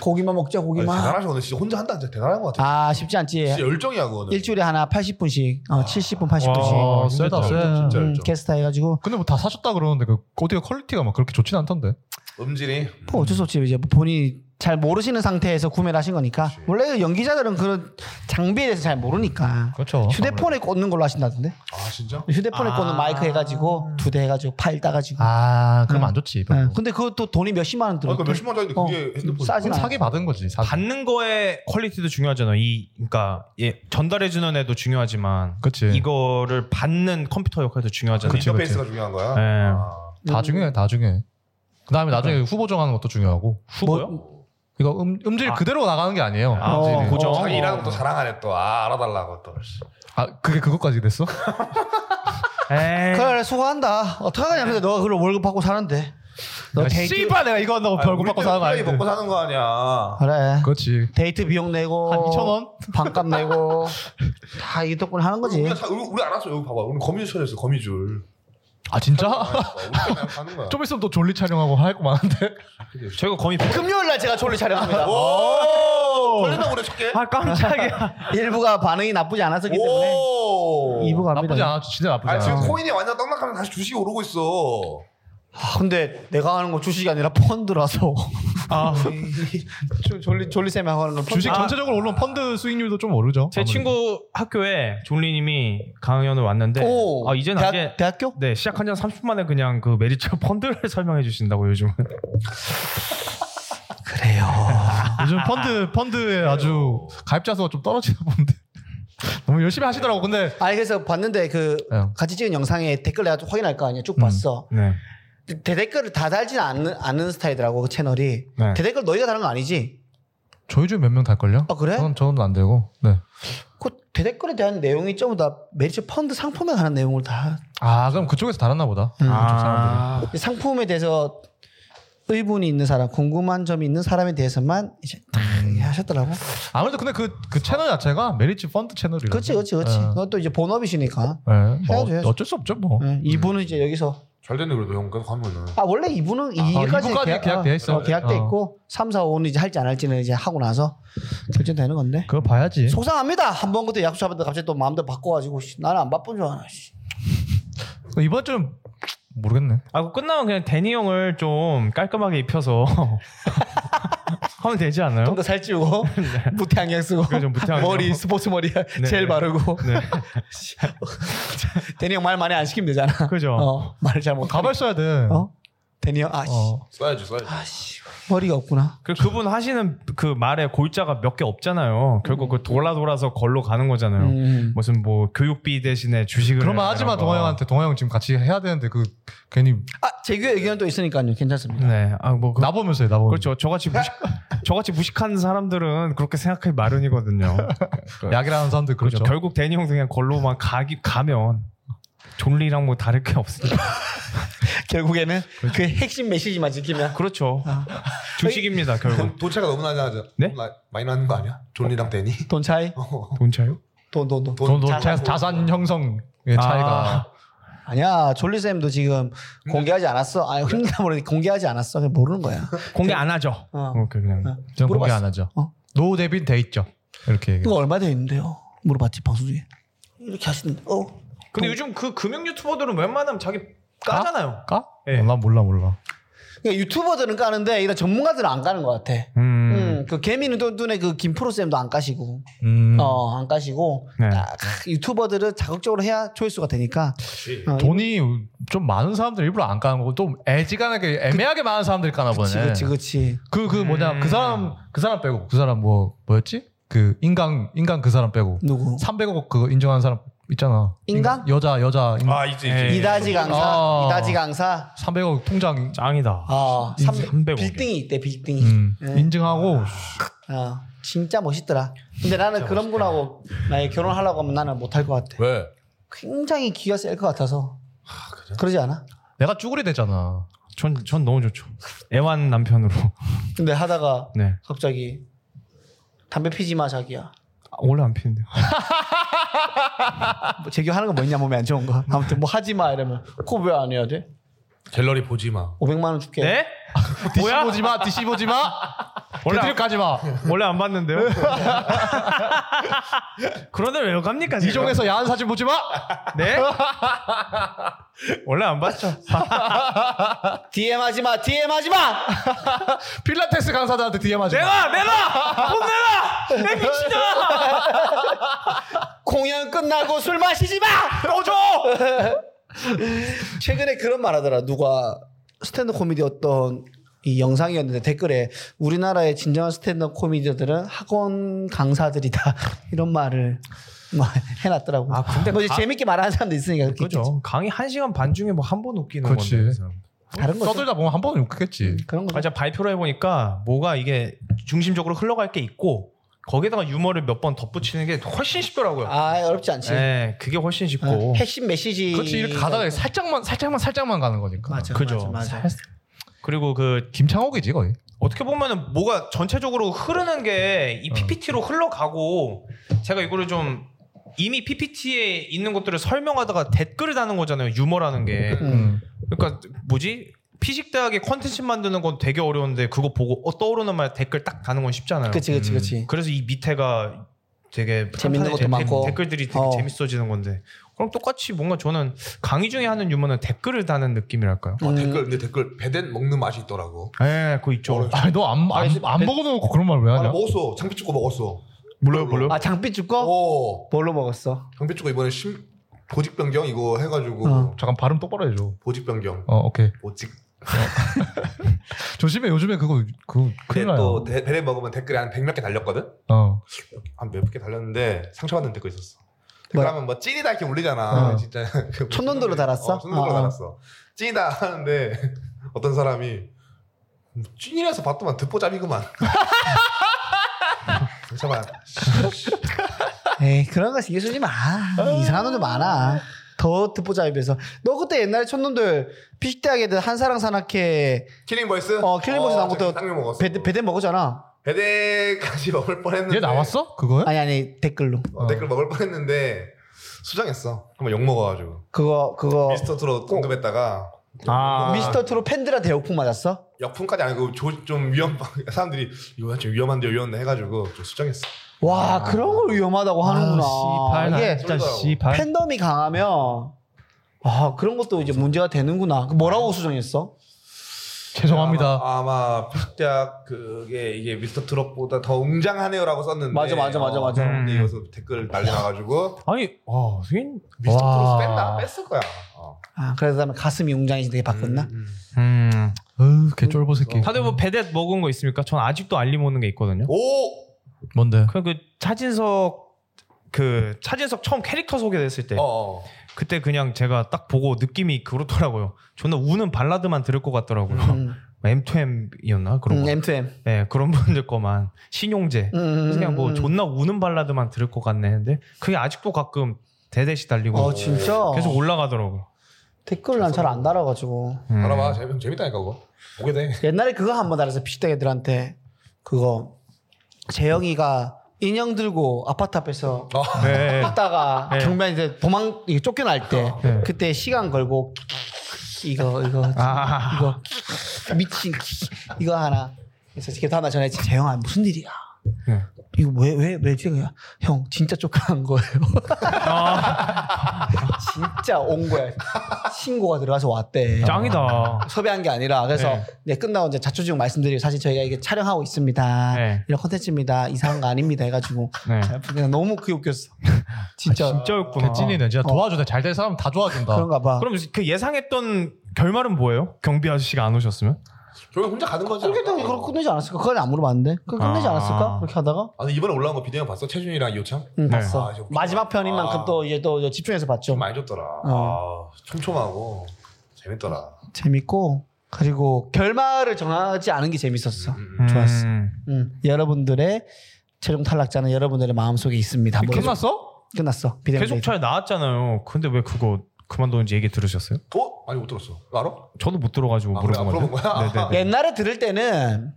Speaker 1: 고기만 먹자,
Speaker 5: 아니,
Speaker 1: 고기만.
Speaker 5: 대단하셔 오늘 진짜 혼자 한다 진짜 대단한 것 같아.
Speaker 1: 아, 쉽지 않지.
Speaker 5: 진짜 열정이야 그거는.
Speaker 1: 일주일에 하나 80분씩, 어, 70분, 80분씩.
Speaker 4: 아
Speaker 2: 아,
Speaker 4: 세다
Speaker 2: 힘들다.
Speaker 4: 세.
Speaker 5: 진짜.
Speaker 1: 음,
Speaker 5: 열정.
Speaker 1: 게스트 해가지고
Speaker 4: 근데 뭐 다 사셨다 그러는데 그 어디가 퀄리티가 막 그렇게 좋진 않던데.
Speaker 5: 음질이
Speaker 1: 뭐 어쩔 수 없지 이제 본인이 잘 모르시는 상태에서 구매를 하신 거니까 원래 연기자들은 그런 장비에 대해서 잘 모르니까
Speaker 4: 그렇죠.
Speaker 1: 휴대폰에 꽂는 걸로 하신다던데
Speaker 5: 아 진짜?
Speaker 1: 휴대폰에
Speaker 2: 아.
Speaker 1: 꽂는 마이크 해가지고 두 대 해가지고 파일 따가지고
Speaker 4: 아 그럼
Speaker 1: 응.
Speaker 4: 안 좋지.
Speaker 1: 네. 근데 그것도 돈이 몇십만 원
Speaker 5: 아
Speaker 1: 들어
Speaker 5: 그러니까 몇십만 원짜리인데
Speaker 1: 어.
Speaker 5: 그게 핸드폰.
Speaker 1: 싸진 않아
Speaker 4: 사기 받은 거지. 사기.
Speaker 2: 받는 거의 퀄리티도 중요하잖아. 이 그러니까 예, 전달해 주는 애도 중요하지만
Speaker 4: 그치.
Speaker 2: 이거를 받는 컴퓨터 역할도 중요하잖아요.
Speaker 4: 네. 그치.
Speaker 5: 인터페이스가 중요한 거야.
Speaker 2: 네.
Speaker 5: 아.
Speaker 1: 음.
Speaker 4: 다 중요해. 다 중요해. 그다음에 나중에 후보 정하는 것도 중요하고.
Speaker 2: 후보요?
Speaker 4: 이거 음, 음질
Speaker 2: 아.
Speaker 4: 그대로 나가는 게 아니에요.
Speaker 2: 아,
Speaker 4: 음질이.
Speaker 2: 고정.
Speaker 5: 어, 자기 일하는 것도 자랑하네 또. 아 알아달라고 또.
Speaker 4: 아 그게 그것까지 됐어?
Speaker 2: 에이.
Speaker 1: 그래 수고한다 어떡하냐 근데 너가 그걸 월급 받고 사는데 너
Speaker 4: 야,
Speaker 1: 데이트
Speaker 4: 씨발 내가 이거 한다고 별거
Speaker 5: 아니,
Speaker 4: 받고
Speaker 5: 우리
Speaker 4: 사는 거
Speaker 5: 때문에
Speaker 4: 아닌데.
Speaker 5: 먹고 사는 거 아니야.
Speaker 1: 그래
Speaker 4: 그렇지.
Speaker 1: 데이트 비용 내고
Speaker 4: 한 2천 원?
Speaker 1: 반값 내고 다 이 덕분에 하는 거지
Speaker 5: 우리, 다- 우리, 우리 알았어 여기 봐봐. 우리 거미줄에서 거미줄.
Speaker 4: 아 진짜?
Speaker 5: 알았어. 우리 그냥 가는 거야.
Speaker 4: 좀 있으면 또 졸리 촬영하고 할 거 많은데.
Speaker 2: 저희가 거의
Speaker 1: 금요일 날 제가 졸리 촬영합니다
Speaker 5: 오. 걸린다 그래 쉽게.
Speaker 2: 아 깜짝이야.
Speaker 1: 일부가 반응이 나쁘지 않았었기 때문에
Speaker 5: 오.
Speaker 1: 2부 갑니다.
Speaker 4: 나쁘지 않아. 진짜 나쁘지
Speaker 5: 아
Speaker 4: 않아.
Speaker 5: 지금 코인이 완전 떡락하면 다시 주식이 오르고 있어.
Speaker 1: 아, 근데 내가 하는 거 주식이 아니라 펀드라서
Speaker 2: 아,
Speaker 1: 조- 졸리 졸리 쌤이 하는 건
Speaker 4: 주식
Speaker 2: 아.
Speaker 4: 전체적으로 물론 펀드 수익률도 좀 오르죠.
Speaker 2: 제
Speaker 4: 아무래도.
Speaker 2: 친구 학교에 존리님이 강연을 왔는데
Speaker 1: 오.
Speaker 2: 아 이제는
Speaker 1: 대학,
Speaker 2: 아예
Speaker 1: 대학교?
Speaker 2: 네 시작한 지 한 30분 만에 그냥 그 메리츠 펀드를 설명해 주신다고 요즘.
Speaker 1: 그래요.
Speaker 4: 요즘 펀드 펀드에 아주 가입자 수가 좀 떨어지다 보는데 너무 열심히 하시더라고. 근데
Speaker 1: 아 그래서 봤는데 그
Speaker 4: 예.
Speaker 1: 같이 찍은 영상에 댓글 내가 좀 확인할 거 아니야. 쭉 봤어.
Speaker 2: 네.
Speaker 1: 대댓글을 다 달지는 않는, 않는 스타일이더라고 그 채널이.
Speaker 2: 네.
Speaker 1: 대댓글 너희가 다는 거 아니지?
Speaker 4: 저희 중에 몇 명 달걸요?
Speaker 1: 아, 그래?
Speaker 4: 저는 저는 안 되고. 네.
Speaker 1: 그 대댓글에 대한 내용이 전부 다 메리츠 펀드 상품에 관한 내용을 다
Speaker 4: 아 그럼 그쪽에서 달았나 보다.
Speaker 1: 음.
Speaker 4: 그쪽 사람들이.
Speaker 2: 아,
Speaker 1: 상품에 대해서 의문이 있는 사람, 궁금한 점이 있는 사람에 대해서만 이제 탁 하셨더라고.
Speaker 4: 아무래도 근데 그, 그 채널 자체가 메리츠 펀드 채널이라서.
Speaker 1: 그렇지, 그렇지, 그렇지.
Speaker 4: 예.
Speaker 1: 그건 또 이제 본업이시니까.
Speaker 4: 예. 뭐
Speaker 1: 해야죠, 해야죠.
Speaker 4: 어쩔 수 없죠 뭐.
Speaker 1: 예, 이분은 이제 여기서
Speaker 5: 잘 됐네 그래도 형 계속 하면은.
Speaker 1: 아 원래 이분은 이
Speaker 4: 아,
Speaker 1: 일까지
Speaker 4: 이분까지 계약돼 있어.
Speaker 1: 어, 계약돼
Speaker 4: 어.
Speaker 1: 있고 3, 4, 5는 이제 할지 안 할지는 이제 하고 나서 결정되는 건데.
Speaker 4: 그거 봐야지.
Speaker 1: 속상합니다. 한 번 그때 약속 잡았는데 갑자기 또 마음대로 바꿔가지고 씨, 나는 안 바쁜 줄 아나. 씨.
Speaker 4: 어, 이번 주는 모르겠네.
Speaker 2: 아, 그거 끝나면 그냥 데니 형을 좀 깔끔하게 입혀서 하면 되지 않아요?
Speaker 4: 그-
Speaker 1: 좀더 살찌우고 무태 안경 쓰고
Speaker 2: 어? 그래, 좀 무태 안경.
Speaker 1: 머리 스포츠 머리 젤
Speaker 2: 네.
Speaker 1: 바르고
Speaker 2: 네.
Speaker 1: 데니 형 말 많이 안 시키면 되잖아.
Speaker 2: 그죠.
Speaker 1: 어, 말을 잘못.
Speaker 4: 가발 써야 돼.
Speaker 1: 어? 데니 형 아씨
Speaker 4: 어.
Speaker 5: 써야지 써야지.
Speaker 1: 아씨 머리가 없구나.
Speaker 2: 그 그분 하시는 그 말에 골자가 몇 개 없잖아요. 결국 그 돌아 돌아서 걸로 가는 거잖아요.
Speaker 1: 음.
Speaker 2: 무슨 뭐 교육비 대신에 주식을
Speaker 4: 그러면 하지
Speaker 1: 어.
Speaker 4: 마
Speaker 2: 하라고.
Speaker 4: 동아 형한테 동아 형 지금 같이 해야 되는데 그 괜히
Speaker 1: 아 재규 의견 또 있으니까요. 괜찮습니다.
Speaker 2: 네. 아, 뭐 그,
Speaker 4: 나 보면서 해, 나 보면서.
Speaker 2: 그렇죠. 저같이 무식 저같이 무식한 사람들은 그렇게 생각하기 마련이거든요.
Speaker 4: 그렇죠. 네. 약이라는 사람들
Speaker 2: 그렇죠.
Speaker 4: 그렇죠.
Speaker 2: 결국 데니 형도 그냥 걸로만 가기 가면 존리랑 뭐 다를 게 없으니까.
Speaker 1: 결국에는 그 핵심 메시지만 지키면
Speaker 2: 그렇죠.
Speaker 1: 아.
Speaker 2: 주식입니다, 결국.
Speaker 5: 그럼 돈 차가 너무 나지 않아?
Speaker 2: 네?
Speaker 5: 많이 나는 거 아니야? 존이랑 데니?
Speaker 1: 돈 차이
Speaker 4: 아.
Speaker 2: 돈 차요?
Speaker 1: 돈 돈 돈.
Speaker 4: 돈, 돈,
Speaker 1: 자산. 아.
Speaker 4: 자산, 자산 형성의 차이가
Speaker 1: 아니야 졸리 쌤도 지금 공개하지 않았어. 아니 흥미가 모르니 공개하지 않았어. 그냥 모르는 거야.
Speaker 2: 공개 안 하죠.
Speaker 1: 어.
Speaker 2: 그렇게 그냥.
Speaker 1: 어.
Speaker 4: 저는 공개
Speaker 1: 물어봤어.
Speaker 4: 안 하죠.
Speaker 1: 어.
Speaker 4: 노 대빈 돼 있죠. 이렇게 얘기.
Speaker 1: 이거 얼마 돼 있는데요? 물어봤지 방송 중에 이렇게 하시는데 어
Speaker 2: 근데 요즘 그 금융 유튜버들은 웬만하면 자기 까잖아요.
Speaker 4: 까?
Speaker 2: 예.
Speaker 4: 어, 난 몰라 몰라.
Speaker 1: 그러니까 유튜버들은 까는데 이런 전문가들은 안 까는 것 같아.
Speaker 2: 음.
Speaker 1: 음, 그 개미는 또 눈에 그 김프로 쌤도 안 까시고
Speaker 4: 음.
Speaker 1: 어 안 까시고
Speaker 2: 네.
Speaker 1: 딱 아, 유튜버들은 자극적으로 해야 조회수가 되니까 어,
Speaker 4: 돈이 좀 많은 사람들 일부러 안 까는 거고 좀 애지간하게 애매하게 많은 사람들이 까나 보네.
Speaker 1: 그치 그치 그치
Speaker 4: 그, 그 뭐냐
Speaker 2: 음.
Speaker 4: 그 사람 그 사람 빼고 그 사람 뭐 뭐였지? 그 인강 인강 그 사람 빼고
Speaker 1: 누구
Speaker 4: 300억 그거 인정한 사람 있잖아.
Speaker 1: 인강?
Speaker 4: 여자 여자 인강
Speaker 5: 아 이제 이제.
Speaker 2: 예.
Speaker 1: 네. 이다지 강사
Speaker 4: 어.
Speaker 1: 이다지 강사
Speaker 4: 300억 통장
Speaker 2: 짱이다.
Speaker 1: 어 삼-
Speaker 2: 300억.
Speaker 1: 빌딩이 있대 빌딩이
Speaker 4: 음,
Speaker 1: 예.
Speaker 4: 인증하고
Speaker 1: 어, 진짜 멋있더라 근데 나는 그런 분하고 나의 결혼하려고 하면 나는 못할 것 같아
Speaker 5: 왜?
Speaker 1: 굉장히 귀가 셀 것 같아서 그러지 않아?
Speaker 4: 내가 쭈구리 되잖아.
Speaker 2: 전, 전 너무 좋죠. 애완 남편으로.
Speaker 1: 근데 하다가
Speaker 2: 네.
Speaker 1: 갑자기 담배 피지 마 자기야
Speaker 2: 아, 원래 안 피는데요.
Speaker 1: 뭐 재교하는 거 뭐 있냐 몸에 안 좋은 거 아무튼 뭐 하지 마 이러면 그거 왜 안 해야 돼?
Speaker 5: 갤러리 보지 마.
Speaker 1: 500만 원 줄게
Speaker 2: 네?
Speaker 4: DC 보지 마, DC 보지 마.
Speaker 2: 원래
Speaker 4: 걔들 가지 마.
Speaker 2: 원래 안 봤는데요. 그런데 왜 갑니까? 지금?
Speaker 4: 이종에서 야한 사진 보지 마.
Speaker 2: 네? 원래 안 봤죠.
Speaker 1: DM 하지 마 DM 하지 마
Speaker 4: 필라테스 강사들한테 DM 하지 마.
Speaker 2: 내가 내가 돈 내라. 내 미친놈아.
Speaker 1: 공연 끝나고 술 마시지 마! 꺼줘! 최근에 그런 말 하더라. 누가 스탠드 코미디 어떤 이 영상이었는데 댓글에 우리나라의 진정한 스탠드 코미디들은 학원 강사들이다. 이런 말을 뭐 해놨더라고.
Speaker 2: 아, 근데
Speaker 1: 뭐 이제
Speaker 2: 가-
Speaker 1: 재밌게 말하는 사람도 있으니까 그렇게
Speaker 2: 그죠. 강의 1시간 반 중에 뭐 한 번 웃기는
Speaker 4: 그렇지.
Speaker 2: 건데. 그래서.
Speaker 1: 있겠지. 다른 거죠.
Speaker 4: 떠들다 보면 한 번은 욕하겠지.
Speaker 1: 그런
Speaker 2: 아,
Speaker 1: 거죠.
Speaker 2: 제가 발표를 해보니까 뭐가 이게 중심적으로 흘러갈 게 있고 거기에다가 유머를 몇 번 덧붙이는 게 훨씬 쉽더라고요.
Speaker 1: 아 어렵지 않지.
Speaker 2: 네, 그게 훨씬
Speaker 1: 어,
Speaker 2: 쉽고.
Speaker 1: 핵심 메시지.
Speaker 4: 그렇지 이렇게 가다가 살짝만 살짝만 살짝만 가는 거니까.
Speaker 1: 맞아,
Speaker 2: 그죠.
Speaker 1: 맞아, 맞아.
Speaker 2: 살- 그리고 그
Speaker 4: 김창옥이지 거의.
Speaker 2: 어떻게 보면은 뭐가 전체적으로 흐르는 게 이
Speaker 4: 어.
Speaker 2: PPT로 흘러가고 제가 이거를 좀 이미
Speaker 1: 그
Speaker 2: PPT에 있는 것들을 설명하다가 댓글을 다는 거잖아요. 유머라는 게.
Speaker 4: 음.
Speaker 2: 그러니까 뭐지? 피식대학에 컨텐츠 만드는 건 되게 어려운데 그거 보고 어, 떠오르는 말 댓글 딱 다는 건 쉽잖아요.
Speaker 1: 그치 그치 그치.
Speaker 2: 그래서 이 밑에가 되게
Speaker 1: 재밌는
Speaker 2: 한편의
Speaker 1: 것도
Speaker 2: 데-
Speaker 1: 많고.
Speaker 2: 댓글들이 되게
Speaker 1: 어.
Speaker 2: 재밌어지는 건데 그럼 똑같이 뭔가 저는 강의 중에 하는 유머는 댓글을 다는 느낌이랄까요?
Speaker 5: 아,
Speaker 1: 음.
Speaker 5: 댓글 근데 댓글 배된 먹는 맛이 있더라고.
Speaker 2: 예, 그거 있죠.
Speaker 4: 아니 너안안 먹어놓고 그런 말 왜
Speaker 5: 아, 나
Speaker 4: 하냐?
Speaker 5: 먹었어. 장비 죽고 먹었어.
Speaker 2: 몰라요, 몰라요.
Speaker 1: 아 장빛 죽고
Speaker 5: 오,
Speaker 1: 뭘로 먹었어?
Speaker 5: 장비 죽고 이번에 심 보직 변경 이거 해가지고
Speaker 1: 어.
Speaker 4: 잠깐 발음 똑바로 해줘.
Speaker 5: 보직 변경.
Speaker 4: 어 오케이.
Speaker 5: 보직.
Speaker 4: 조심해 요즘에 그거 그거 큰일
Speaker 5: 근데 또
Speaker 4: 나요.
Speaker 5: 대- 배를 먹으면 댓글이 한 100몇 개 달렸거든.
Speaker 4: 어.
Speaker 5: 한 몇 개 달렸는데 상처받는 댓글 있었어.
Speaker 1: 뭐야?
Speaker 5: 댓글하면 뭐 찐이다 이렇게 올리잖아.
Speaker 4: 어.
Speaker 5: 진짜 그
Speaker 1: 촌놈들로 달았어?
Speaker 5: 어, 촌놈들로
Speaker 1: 어, 어.
Speaker 5: 달았어. 찐이다 하는데 어떤 사람이 뭐 찐이라서 봤더만 듣보잡이구만. 잠깐만.
Speaker 1: 에이 그런 거 신경 쓰지 마.
Speaker 5: 아.
Speaker 1: 이상한 놈들 많아. 더 듣보자 입에서 너 그때 옛날에 촌놈들 피식대학에 대한 한사랑 산악회
Speaker 5: 킬링 보이스?
Speaker 1: 어, 킬링 보이스 나온 것도
Speaker 5: 쌍욕 먹었어.
Speaker 1: 배대, 배대 먹었잖아.
Speaker 5: 배대까지 먹을 뻔했는데.
Speaker 4: 얘 나왔어? 그거야?
Speaker 1: 아니 아니 댓글로
Speaker 5: 어, 댓글 먹을 뻔했는데 수정했어. 한번 욕 먹어가지고
Speaker 1: 그거 그거
Speaker 5: 미스터 트롯 언급했다가
Speaker 2: 아,
Speaker 1: 미스터 트롯 팬들한테 역풍 맞았어?
Speaker 5: 역풍까지 아니고 조- 좀 위험 사람들이 이거 좀 위험한데 위험한데 해가지고 좀 수정했어.
Speaker 1: 와
Speaker 2: 아.
Speaker 1: 그런 걸 위험하다고 하는구나.
Speaker 4: 씨발 나
Speaker 1: 이게
Speaker 4: 진짜 씨발.
Speaker 1: 팬덤이 강하면 아 그런 것도 이제 문제가 되는구나. 뭐라고 수정했어?
Speaker 4: 죄송합니다.
Speaker 5: 아, 아마, 아마 피식대학 그게 이게 미스터 트롯보다 더 웅장하네요라고 썼는데.
Speaker 1: 맞아, 맞아, 맞아, 맞아.
Speaker 5: 어,
Speaker 4: 음.
Speaker 5: 근데 여기서 댓글 난리 나가지고
Speaker 2: 아니, 와, 윈.
Speaker 5: 미스터
Speaker 4: 와.
Speaker 5: 트롯 뺀다 뺐을 거야. 어.
Speaker 1: 아 그래서 다음에 가슴이 웅장해지게 바꿨나?
Speaker 5: 음, 음.
Speaker 2: 음.
Speaker 4: 으 아, 개쫄보 새끼.
Speaker 2: 다들 뭐 배댓 먹은 거 있습니까? 전 아직도 알림 오는 게 있거든요.
Speaker 5: 오.
Speaker 4: 음, 뭔데?
Speaker 5: 아.
Speaker 2: 그, 그 차진석 그 차진석 처음 캐릭터 소개됐을
Speaker 4: 네.
Speaker 2: 때
Speaker 5: 어, 어.
Speaker 2: 그때 그냥 제가 딱 보고 느낌이 그렇더라고요. 저는 우는 발라드만 들을 것 같더라고요.
Speaker 1: 음,
Speaker 2: M2M이었나 그런
Speaker 1: 음,
Speaker 2: 거.
Speaker 1: M2M.
Speaker 2: 네 그런 분들 거만 신용재.
Speaker 1: 음,
Speaker 2: 그래서 그냥
Speaker 1: 음,
Speaker 2: 뭐
Speaker 1: 음.
Speaker 2: 존나 우는 발라드만 들을 것 같네 했는데 그게 아직도 가끔 대대시 달리고
Speaker 1: 어 진짜.
Speaker 2: 계속 올라가더라고.
Speaker 1: 댓글 난 잘 안 달아가지고
Speaker 2: 음.
Speaker 5: 알아봐 재밌, 재밌다니까 그거. 보게 돼.
Speaker 1: 옛날에 그거 한 번 달았어 피식대 애들한테 그거 재영이가 인형 들고 아파트 앞에서
Speaker 2: 네.
Speaker 1: 갔다가
Speaker 2: 네.
Speaker 1: 경비한 이제 도망 이게 쫓겨날 때
Speaker 2: 네.
Speaker 1: 그때 시간 걸고 이거 이거
Speaker 2: 아.
Speaker 1: 이거 미친 이거 하나 그래서 이렇게 다음날 전화했지 재영아 무슨 일이야
Speaker 2: 네.
Speaker 1: 이거 왜왜왜 지금 형 진짜 쫓겨난 거예요
Speaker 2: 아,
Speaker 1: 진짜 온 거야 신고가 들어가서 왔대
Speaker 2: 짱이다.
Speaker 1: 섭외한 게 아니라 그래서
Speaker 2: 네.
Speaker 1: 네, 끝나고 이제 자초지종 말씀드리고 사실 저희가 이게 촬영하고 있습니다.
Speaker 2: 네.
Speaker 1: 이런 컨텐츠입니다. 이상한 거 아닙니다 해가지고
Speaker 2: 네. 아,
Speaker 1: 그냥 너무 그게 웃겼어. 진짜,
Speaker 2: 진짜였구나.
Speaker 4: 개찐이네.
Speaker 5: 어.
Speaker 4: 진짜 도와주네. 잘 될 사람 다 도와준다.
Speaker 1: 그런가 봐.
Speaker 2: 그럼 그 예상했던 결말은 뭐예요? 경비 아저씨가 안 오셨으면?
Speaker 5: 결국 혼자 가는 거지.
Speaker 1: 그렇게 되면 그렇게 끝내지 않았을까? 그건 안 물어봤는데 그걸 끝내지
Speaker 2: 아.
Speaker 1: 않았을까? 그렇게 하다가
Speaker 5: 아니 이번에 올라온 거 비디오 봤어? 최준이랑 요참?
Speaker 1: 응,
Speaker 2: 네.
Speaker 1: 봤어.
Speaker 5: 아, 이제 웃기다.
Speaker 1: 마지막 편인 만큼
Speaker 5: 아.
Speaker 1: 또 이제 또 집중해서 봤죠.
Speaker 5: 좀 많이 줬더라.
Speaker 1: 어.
Speaker 5: 아 촘촘하고 재밌더라.
Speaker 1: 재밌고 그리고 결말을 정하지 않은 게 재밌었어.
Speaker 5: 음,
Speaker 2: 음.
Speaker 1: 좋았어. 음, 여러분들의 최종 탈락자는 여러분들의 마음 속에 있습니다. 뭐,
Speaker 4: 끝났어?
Speaker 1: 끝났어. 비대면
Speaker 2: 계속
Speaker 1: 데이트.
Speaker 2: 잘 나왔잖아요. 근데 왜 그거 그만두는지 얘기 들으셨어요?
Speaker 5: 어? 아니 못 들었어. 알아?
Speaker 2: 저도 못 들어가지고
Speaker 5: 아, 그래?
Speaker 2: 물어본 건데.
Speaker 5: 물어본 거야?
Speaker 2: 네네. 네.
Speaker 1: 옛날에 들을 때는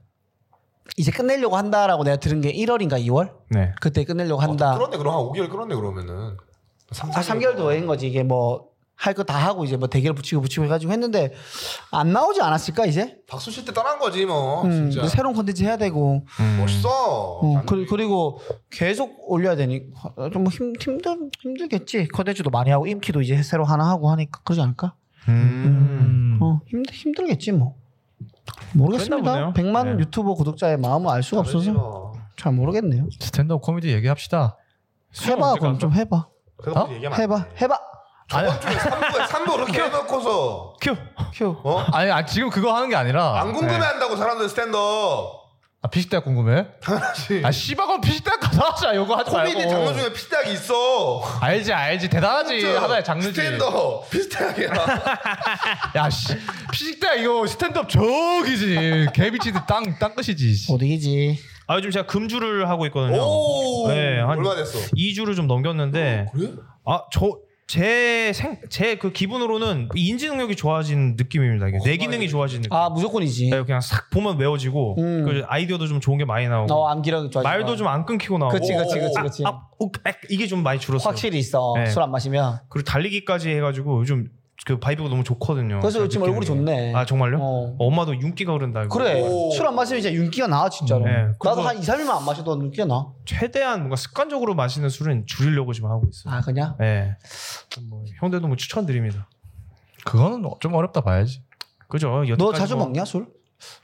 Speaker 1: 이제 끝내려고 한다라고 내가 들은 게 1월인가 2월
Speaker 2: 네.
Speaker 1: 그때 끝내려고 한다.
Speaker 5: 어, 끌었네 그럼 한 5개월 끌었네 그러면은. 삼,
Speaker 1: 아, 3개월
Speaker 5: 더.
Speaker 1: 더인 거지 이게 뭐 할 거 다 하고 이제 뭐 대결 붙이고 붙이고 해가지고 했는데 안 나오지 않았을까 이제?
Speaker 5: 박수 칠 때 떠난 거지 뭐.
Speaker 1: 음,
Speaker 5: 진짜.
Speaker 1: 이제 새로운 컨텐츠 해야 되고
Speaker 2: 음.
Speaker 5: 멋있어.
Speaker 1: 어, 그, 그리고 계속 올려야 되니까 좀힘 힘들 힘들겠지 컨텐츠도 많이 하고 임키도 이제 새로 하나 하고 하니까 그러지 않을까?
Speaker 2: 음.
Speaker 4: 음.
Speaker 1: 어 힘들 힘들겠지 뭐.
Speaker 2: 그랬나
Speaker 1: 모르겠습니다.
Speaker 2: 보네요.
Speaker 1: 100만
Speaker 2: 네.
Speaker 1: 유튜버 구독자의 마음을 알 수가
Speaker 5: 다르지
Speaker 1: 없어서
Speaker 5: 뭐.
Speaker 1: 잘 모르겠네요.
Speaker 4: 스탠드업 코미디 얘기합시다.
Speaker 2: 수영
Speaker 1: 해봐
Speaker 2: 언제
Speaker 1: 그럼
Speaker 2: 가죠?
Speaker 1: 좀 해봐.
Speaker 5: 그래서
Speaker 4: 어?
Speaker 5: 얘기하면 안
Speaker 1: 해봐
Speaker 5: 돼.
Speaker 1: 해봐
Speaker 5: 저번 주에 3부 3부 그렇게 해놓고서
Speaker 2: 큐.
Speaker 1: 큐
Speaker 5: 어?
Speaker 4: 아니, 아니 지금 그거 하는 게 아니라
Speaker 5: 안 궁금해한다고 사람들 스탠드업.
Speaker 4: 아, 피식대학 궁금해?
Speaker 5: 당연하지.
Speaker 4: 아 씨발건 피식대학 가서 하자. 요거 하지 말고.
Speaker 5: 코미디 장르 중에 피스대학이 있어.
Speaker 4: 알지 알지 대단하지
Speaker 5: 진짜.
Speaker 4: 하나의 장르지.
Speaker 5: 스탠드업 피스대학이야.
Speaker 4: 야 씨, 피식대학 이거 스탠드업 저기지. 개비치드 땅 땅끝이지.
Speaker 1: 어디지?
Speaker 2: 아 요즘 제가 금주를 하고 있거든요.
Speaker 5: 오.
Speaker 2: 네, 한-
Speaker 5: 얼마 됐어?
Speaker 2: 2주를 좀 넘겼는데 아,
Speaker 5: 그래?
Speaker 2: 아저제생제그 기분으로는 인지 능력이 좋아진 느낌입니다. 이게 뇌 기능이 좋아진 느낌.
Speaker 1: 아 무조건이지.
Speaker 2: 네, 그냥 싹 보면 외워지고
Speaker 1: 음.
Speaker 2: 그 아이디어도 좀 좋은 게 많이 나오고
Speaker 1: 어 암기력 좋아.
Speaker 2: 말도 좀 안 끊기고 나오고
Speaker 1: 그치 그치 그치 그치.
Speaker 2: 아, 아, 오, 아, 이게 좀 많이 줄었어요.
Speaker 1: 확실히 있어
Speaker 2: 네.
Speaker 1: 술 안 마시면.
Speaker 2: 그리고 달리기까지 해가지고 요즘 그 바이브가 너무 좋거든요.
Speaker 1: 그래서
Speaker 2: 제가
Speaker 1: 지금
Speaker 2: 느끼는
Speaker 1: 얼굴이
Speaker 2: 게.
Speaker 1: 좋네.
Speaker 2: 아 정말요?
Speaker 1: 어.
Speaker 2: 엄마도 윤기가 흐른다. 이거.
Speaker 1: 그래
Speaker 5: 오.
Speaker 1: 술 안 마시면 진짜 윤기가 나 진짜로.
Speaker 2: 네,
Speaker 1: 나도
Speaker 2: 그래서-
Speaker 1: 한 2, 3일만 안 마셔도 윤기가 나.
Speaker 2: 최대한 뭔가 습관적으로 마시는 술은 줄이려고 지금 하고 있어요.
Speaker 1: 아 그냥?
Speaker 2: 예. 뭐 형들도 뭐 추천드립니다.
Speaker 4: 그거는 좀 어렵다 봐야지.
Speaker 2: 그죠?
Speaker 1: 너
Speaker 2: 여태까지
Speaker 1: 자주
Speaker 2: 뭐-
Speaker 1: 먹냐 술?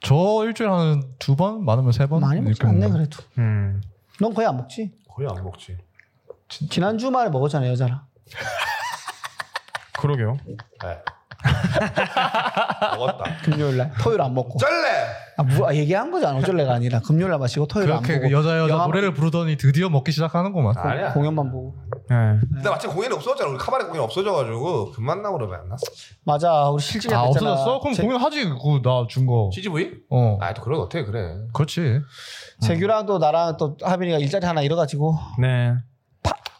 Speaker 4: 저 일주일에 한두 번, 많으면 세 번.
Speaker 1: 많이 먹지
Speaker 4: 이렇게
Speaker 1: 않네
Speaker 4: 먹는 거.
Speaker 1: 그래도.
Speaker 2: 음.
Speaker 1: 넌 거의 안 먹지?
Speaker 3: 거의 안 먹지.
Speaker 1: 지난 주말에 먹었잖아 여자랑.
Speaker 2: 그러게요.
Speaker 3: 네. 먹었다.
Speaker 1: 금요일 날 토요일 안 먹고.
Speaker 5: 쩔래
Speaker 1: 아, 뭐, 아, 얘기한 거잖아. 어쩔래가 아니라 금요일 날 마시고 토요일 안
Speaker 4: 그렇게
Speaker 1: 보고.
Speaker 4: 그 여자 여자
Speaker 1: 영화만-
Speaker 4: 노래를 부르더니 드디어 먹기 시작하는구만.
Speaker 3: 아, 아니야.
Speaker 1: 공연만 보고.
Speaker 2: 예.
Speaker 5: 근데 마침 공연이 없어졌잖아 우리 카바레 공연이 없어져가지고 그 금만 나고로 왜안 났어
Speaker 1: 맞아. 우리 실직이
Speaker 4: 아
Speaker 1: 됐잖아.
Speaker 4: 없어졌어? 그럼
Speaker 1: 제,
Speaker 4: 공연하지 그거 나 준 거.
Speaker 3: CGV?
Speaker 4: 어.
Speaker 3: 아또 그런 거 어떻게 그래?
Speaker 4: 그렇지.
Speaker 1: 재규랑 또 나랑 또 하빈이가 일자리 하나 잃어가지고
Speaker 2: 네.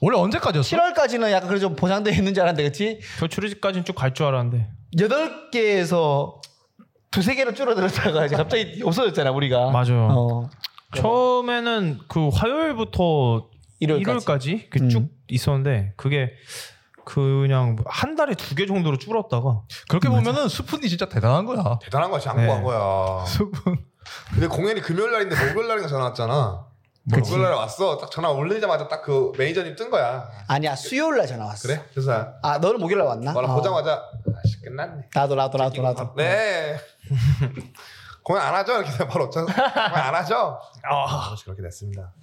Speaker 4: 원래 언제까지였어?
Speaker 1: 7월까지는 약간 그래 좀 보장돼 있는 줄 알았는데 그치?
Speaker 2: 저 출입까지는 쭉 갈 줄 알았는데.
Speaker 1: 8개에서 두세 개로 줄어들었다가 이제 갑자기 없어졌잖아 우리가.
Speaker 2: 맞아요.
Speaker 1: 어,
Speaker 2: 처음에는 그 화요일부터
Speaker 1: 일요일까지.
Speaker 2: 일요일까지 그 쭉
Speaker 1: 음.
Speaker 2: 있었는데 그게 그냥 한 달에 두 개 정도로 줄었다가
Speaker 4: 그렇게 보면은 수푼이 진짜 대단한 거야.
Speaker 5: 대단한 거야 진짜 안고
Speaker 2: 네.
Speaker 5: 한 거야
Speaker 4: 수푼.
Speaker 5: 근데 공연이 금요일 날인데 목요일 날인가 전화 왔잖아 목요일 날 왔어 딱 전화 올리자마자 딱 그 매니저님 뜬 거야
Speaker 1: 아니야 수요일 날 전화 왔어.
Speaker 5: 그래 그래서
Speaker 1: 아 너는 목요일 날 왔나?
Speaker 5: 말을
Speaker 1: 어.
Speaker 5: 보자마자 아씨 끝났네
Speaker 1: 나도 나도 나도 나도.
Speaker 5: 네 공연 안 하죠 이렇게 해서 바로 어쩌 공연 안 하죠
Speaker 2: 아,
Speaker 5: 아무튼 그렇게 됐습니다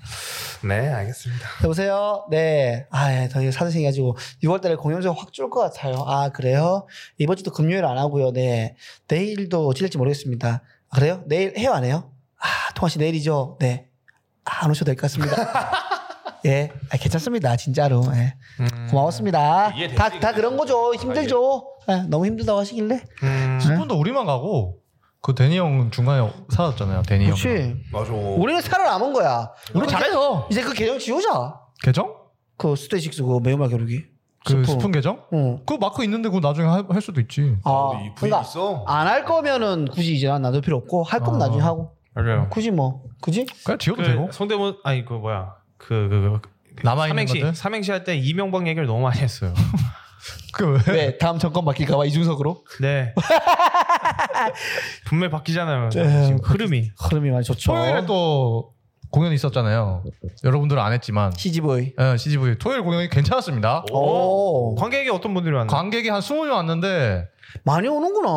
Speaker 5: 네 알겠습니다
Speaker 1: 여보세요? 네. 아, 예, 더 이제 사드생해가지고 6월달에 공연료 확줄 것 같아요. 아, 그래요? 이번 주도 금요일 안 하고요. 네. 내일도 어찌 될지 모르겠습니다. 아, 그래요? 내일 해요, 안 해요? 아, 통화 씨 내일이죠? 네. 아, 안 오셔도 될 것 같습니다. 예, 아, 괜찮습니다. 진짜로. 예.
Speaker 2: 음.
Speaker 1: 고마웠습니다.
Speaker 3: 이해되지,
Speaker 1: 다, 다
Speaker 3: 근데.
Speaker 1: 그런 거죠. 힘들죠. 예, 너무 힘들다고 하시길래.
Speaker 2: 음,
Speaker 1: 네.
Speaker 4: 수푼도 우리만 가고 그 데니 형은 중간에 사라졌잖아요. 데니 네, 형.
Speaker 1: 그렇지.
Speaker 5: 맞아
Speaker 1: 우리는 살아남은 거야.
Speaker 4: 우리 잘해서
Speaker 1: 이제 그 계정 지우자.
Speaker 4: 계정?
Speaker 1: 그 스테이식스 그 매운맛 겨루기.
Speaker 4: 그
Speaker 1: 스푼.
Speaker 4: 스푼 계정?
Speaker 1: 응.
Speaker 4: 그 마크 있는데 그거 나중에 할, 할 수도 있지.
Speaker 1: 아,
Speaker 5: 우리 부인
Speaker 1: 그러니까
Speaker 5: 있어
Speaker 1: 안 할 거면은 굳이 이제 난 놔둘 필요 없고 할 거면
Speaker 4: 아.
Speaker 1: 나중에 하고
Speaker 2: 맞아요.
Speaker 1: 굳이 뭐 굳이
Speaker 4: 그냥 지워도 되고.
Speaker 2: 그 성대모 아니 그 뭐야 그, 그, 그
Speaker 4: 남아 있는
Speaker 2: 삼행시
Speaker 4: 것들?
Speaker 2: 삼행시 할 때 이명박 얘기를 너무 많이 했어요.
Speaker 4: 그 왜?
Speaker 1: 왜 다음 정권 맡길까봐 이준석으로
Speaker 2: 네. 분명 히 바뀌잖아요. 지금 흐름이.
Speaker 1: 흐름이 많이 좋죠.
Speaker 4: 토요일에 또 공연이 있었잖아요. 여러분들은 안 했지만
Speaker 1: CGV
Speaker 4: 예, CGV 토요일 공연이 괜찮았습니다.
Speaker 1: 오,
Speaker 2: 관객이 어떤 분들이 왔나?
Speaker 4: 관객이 한 20명 왔는데
Speaker 1: 많이 오는구나.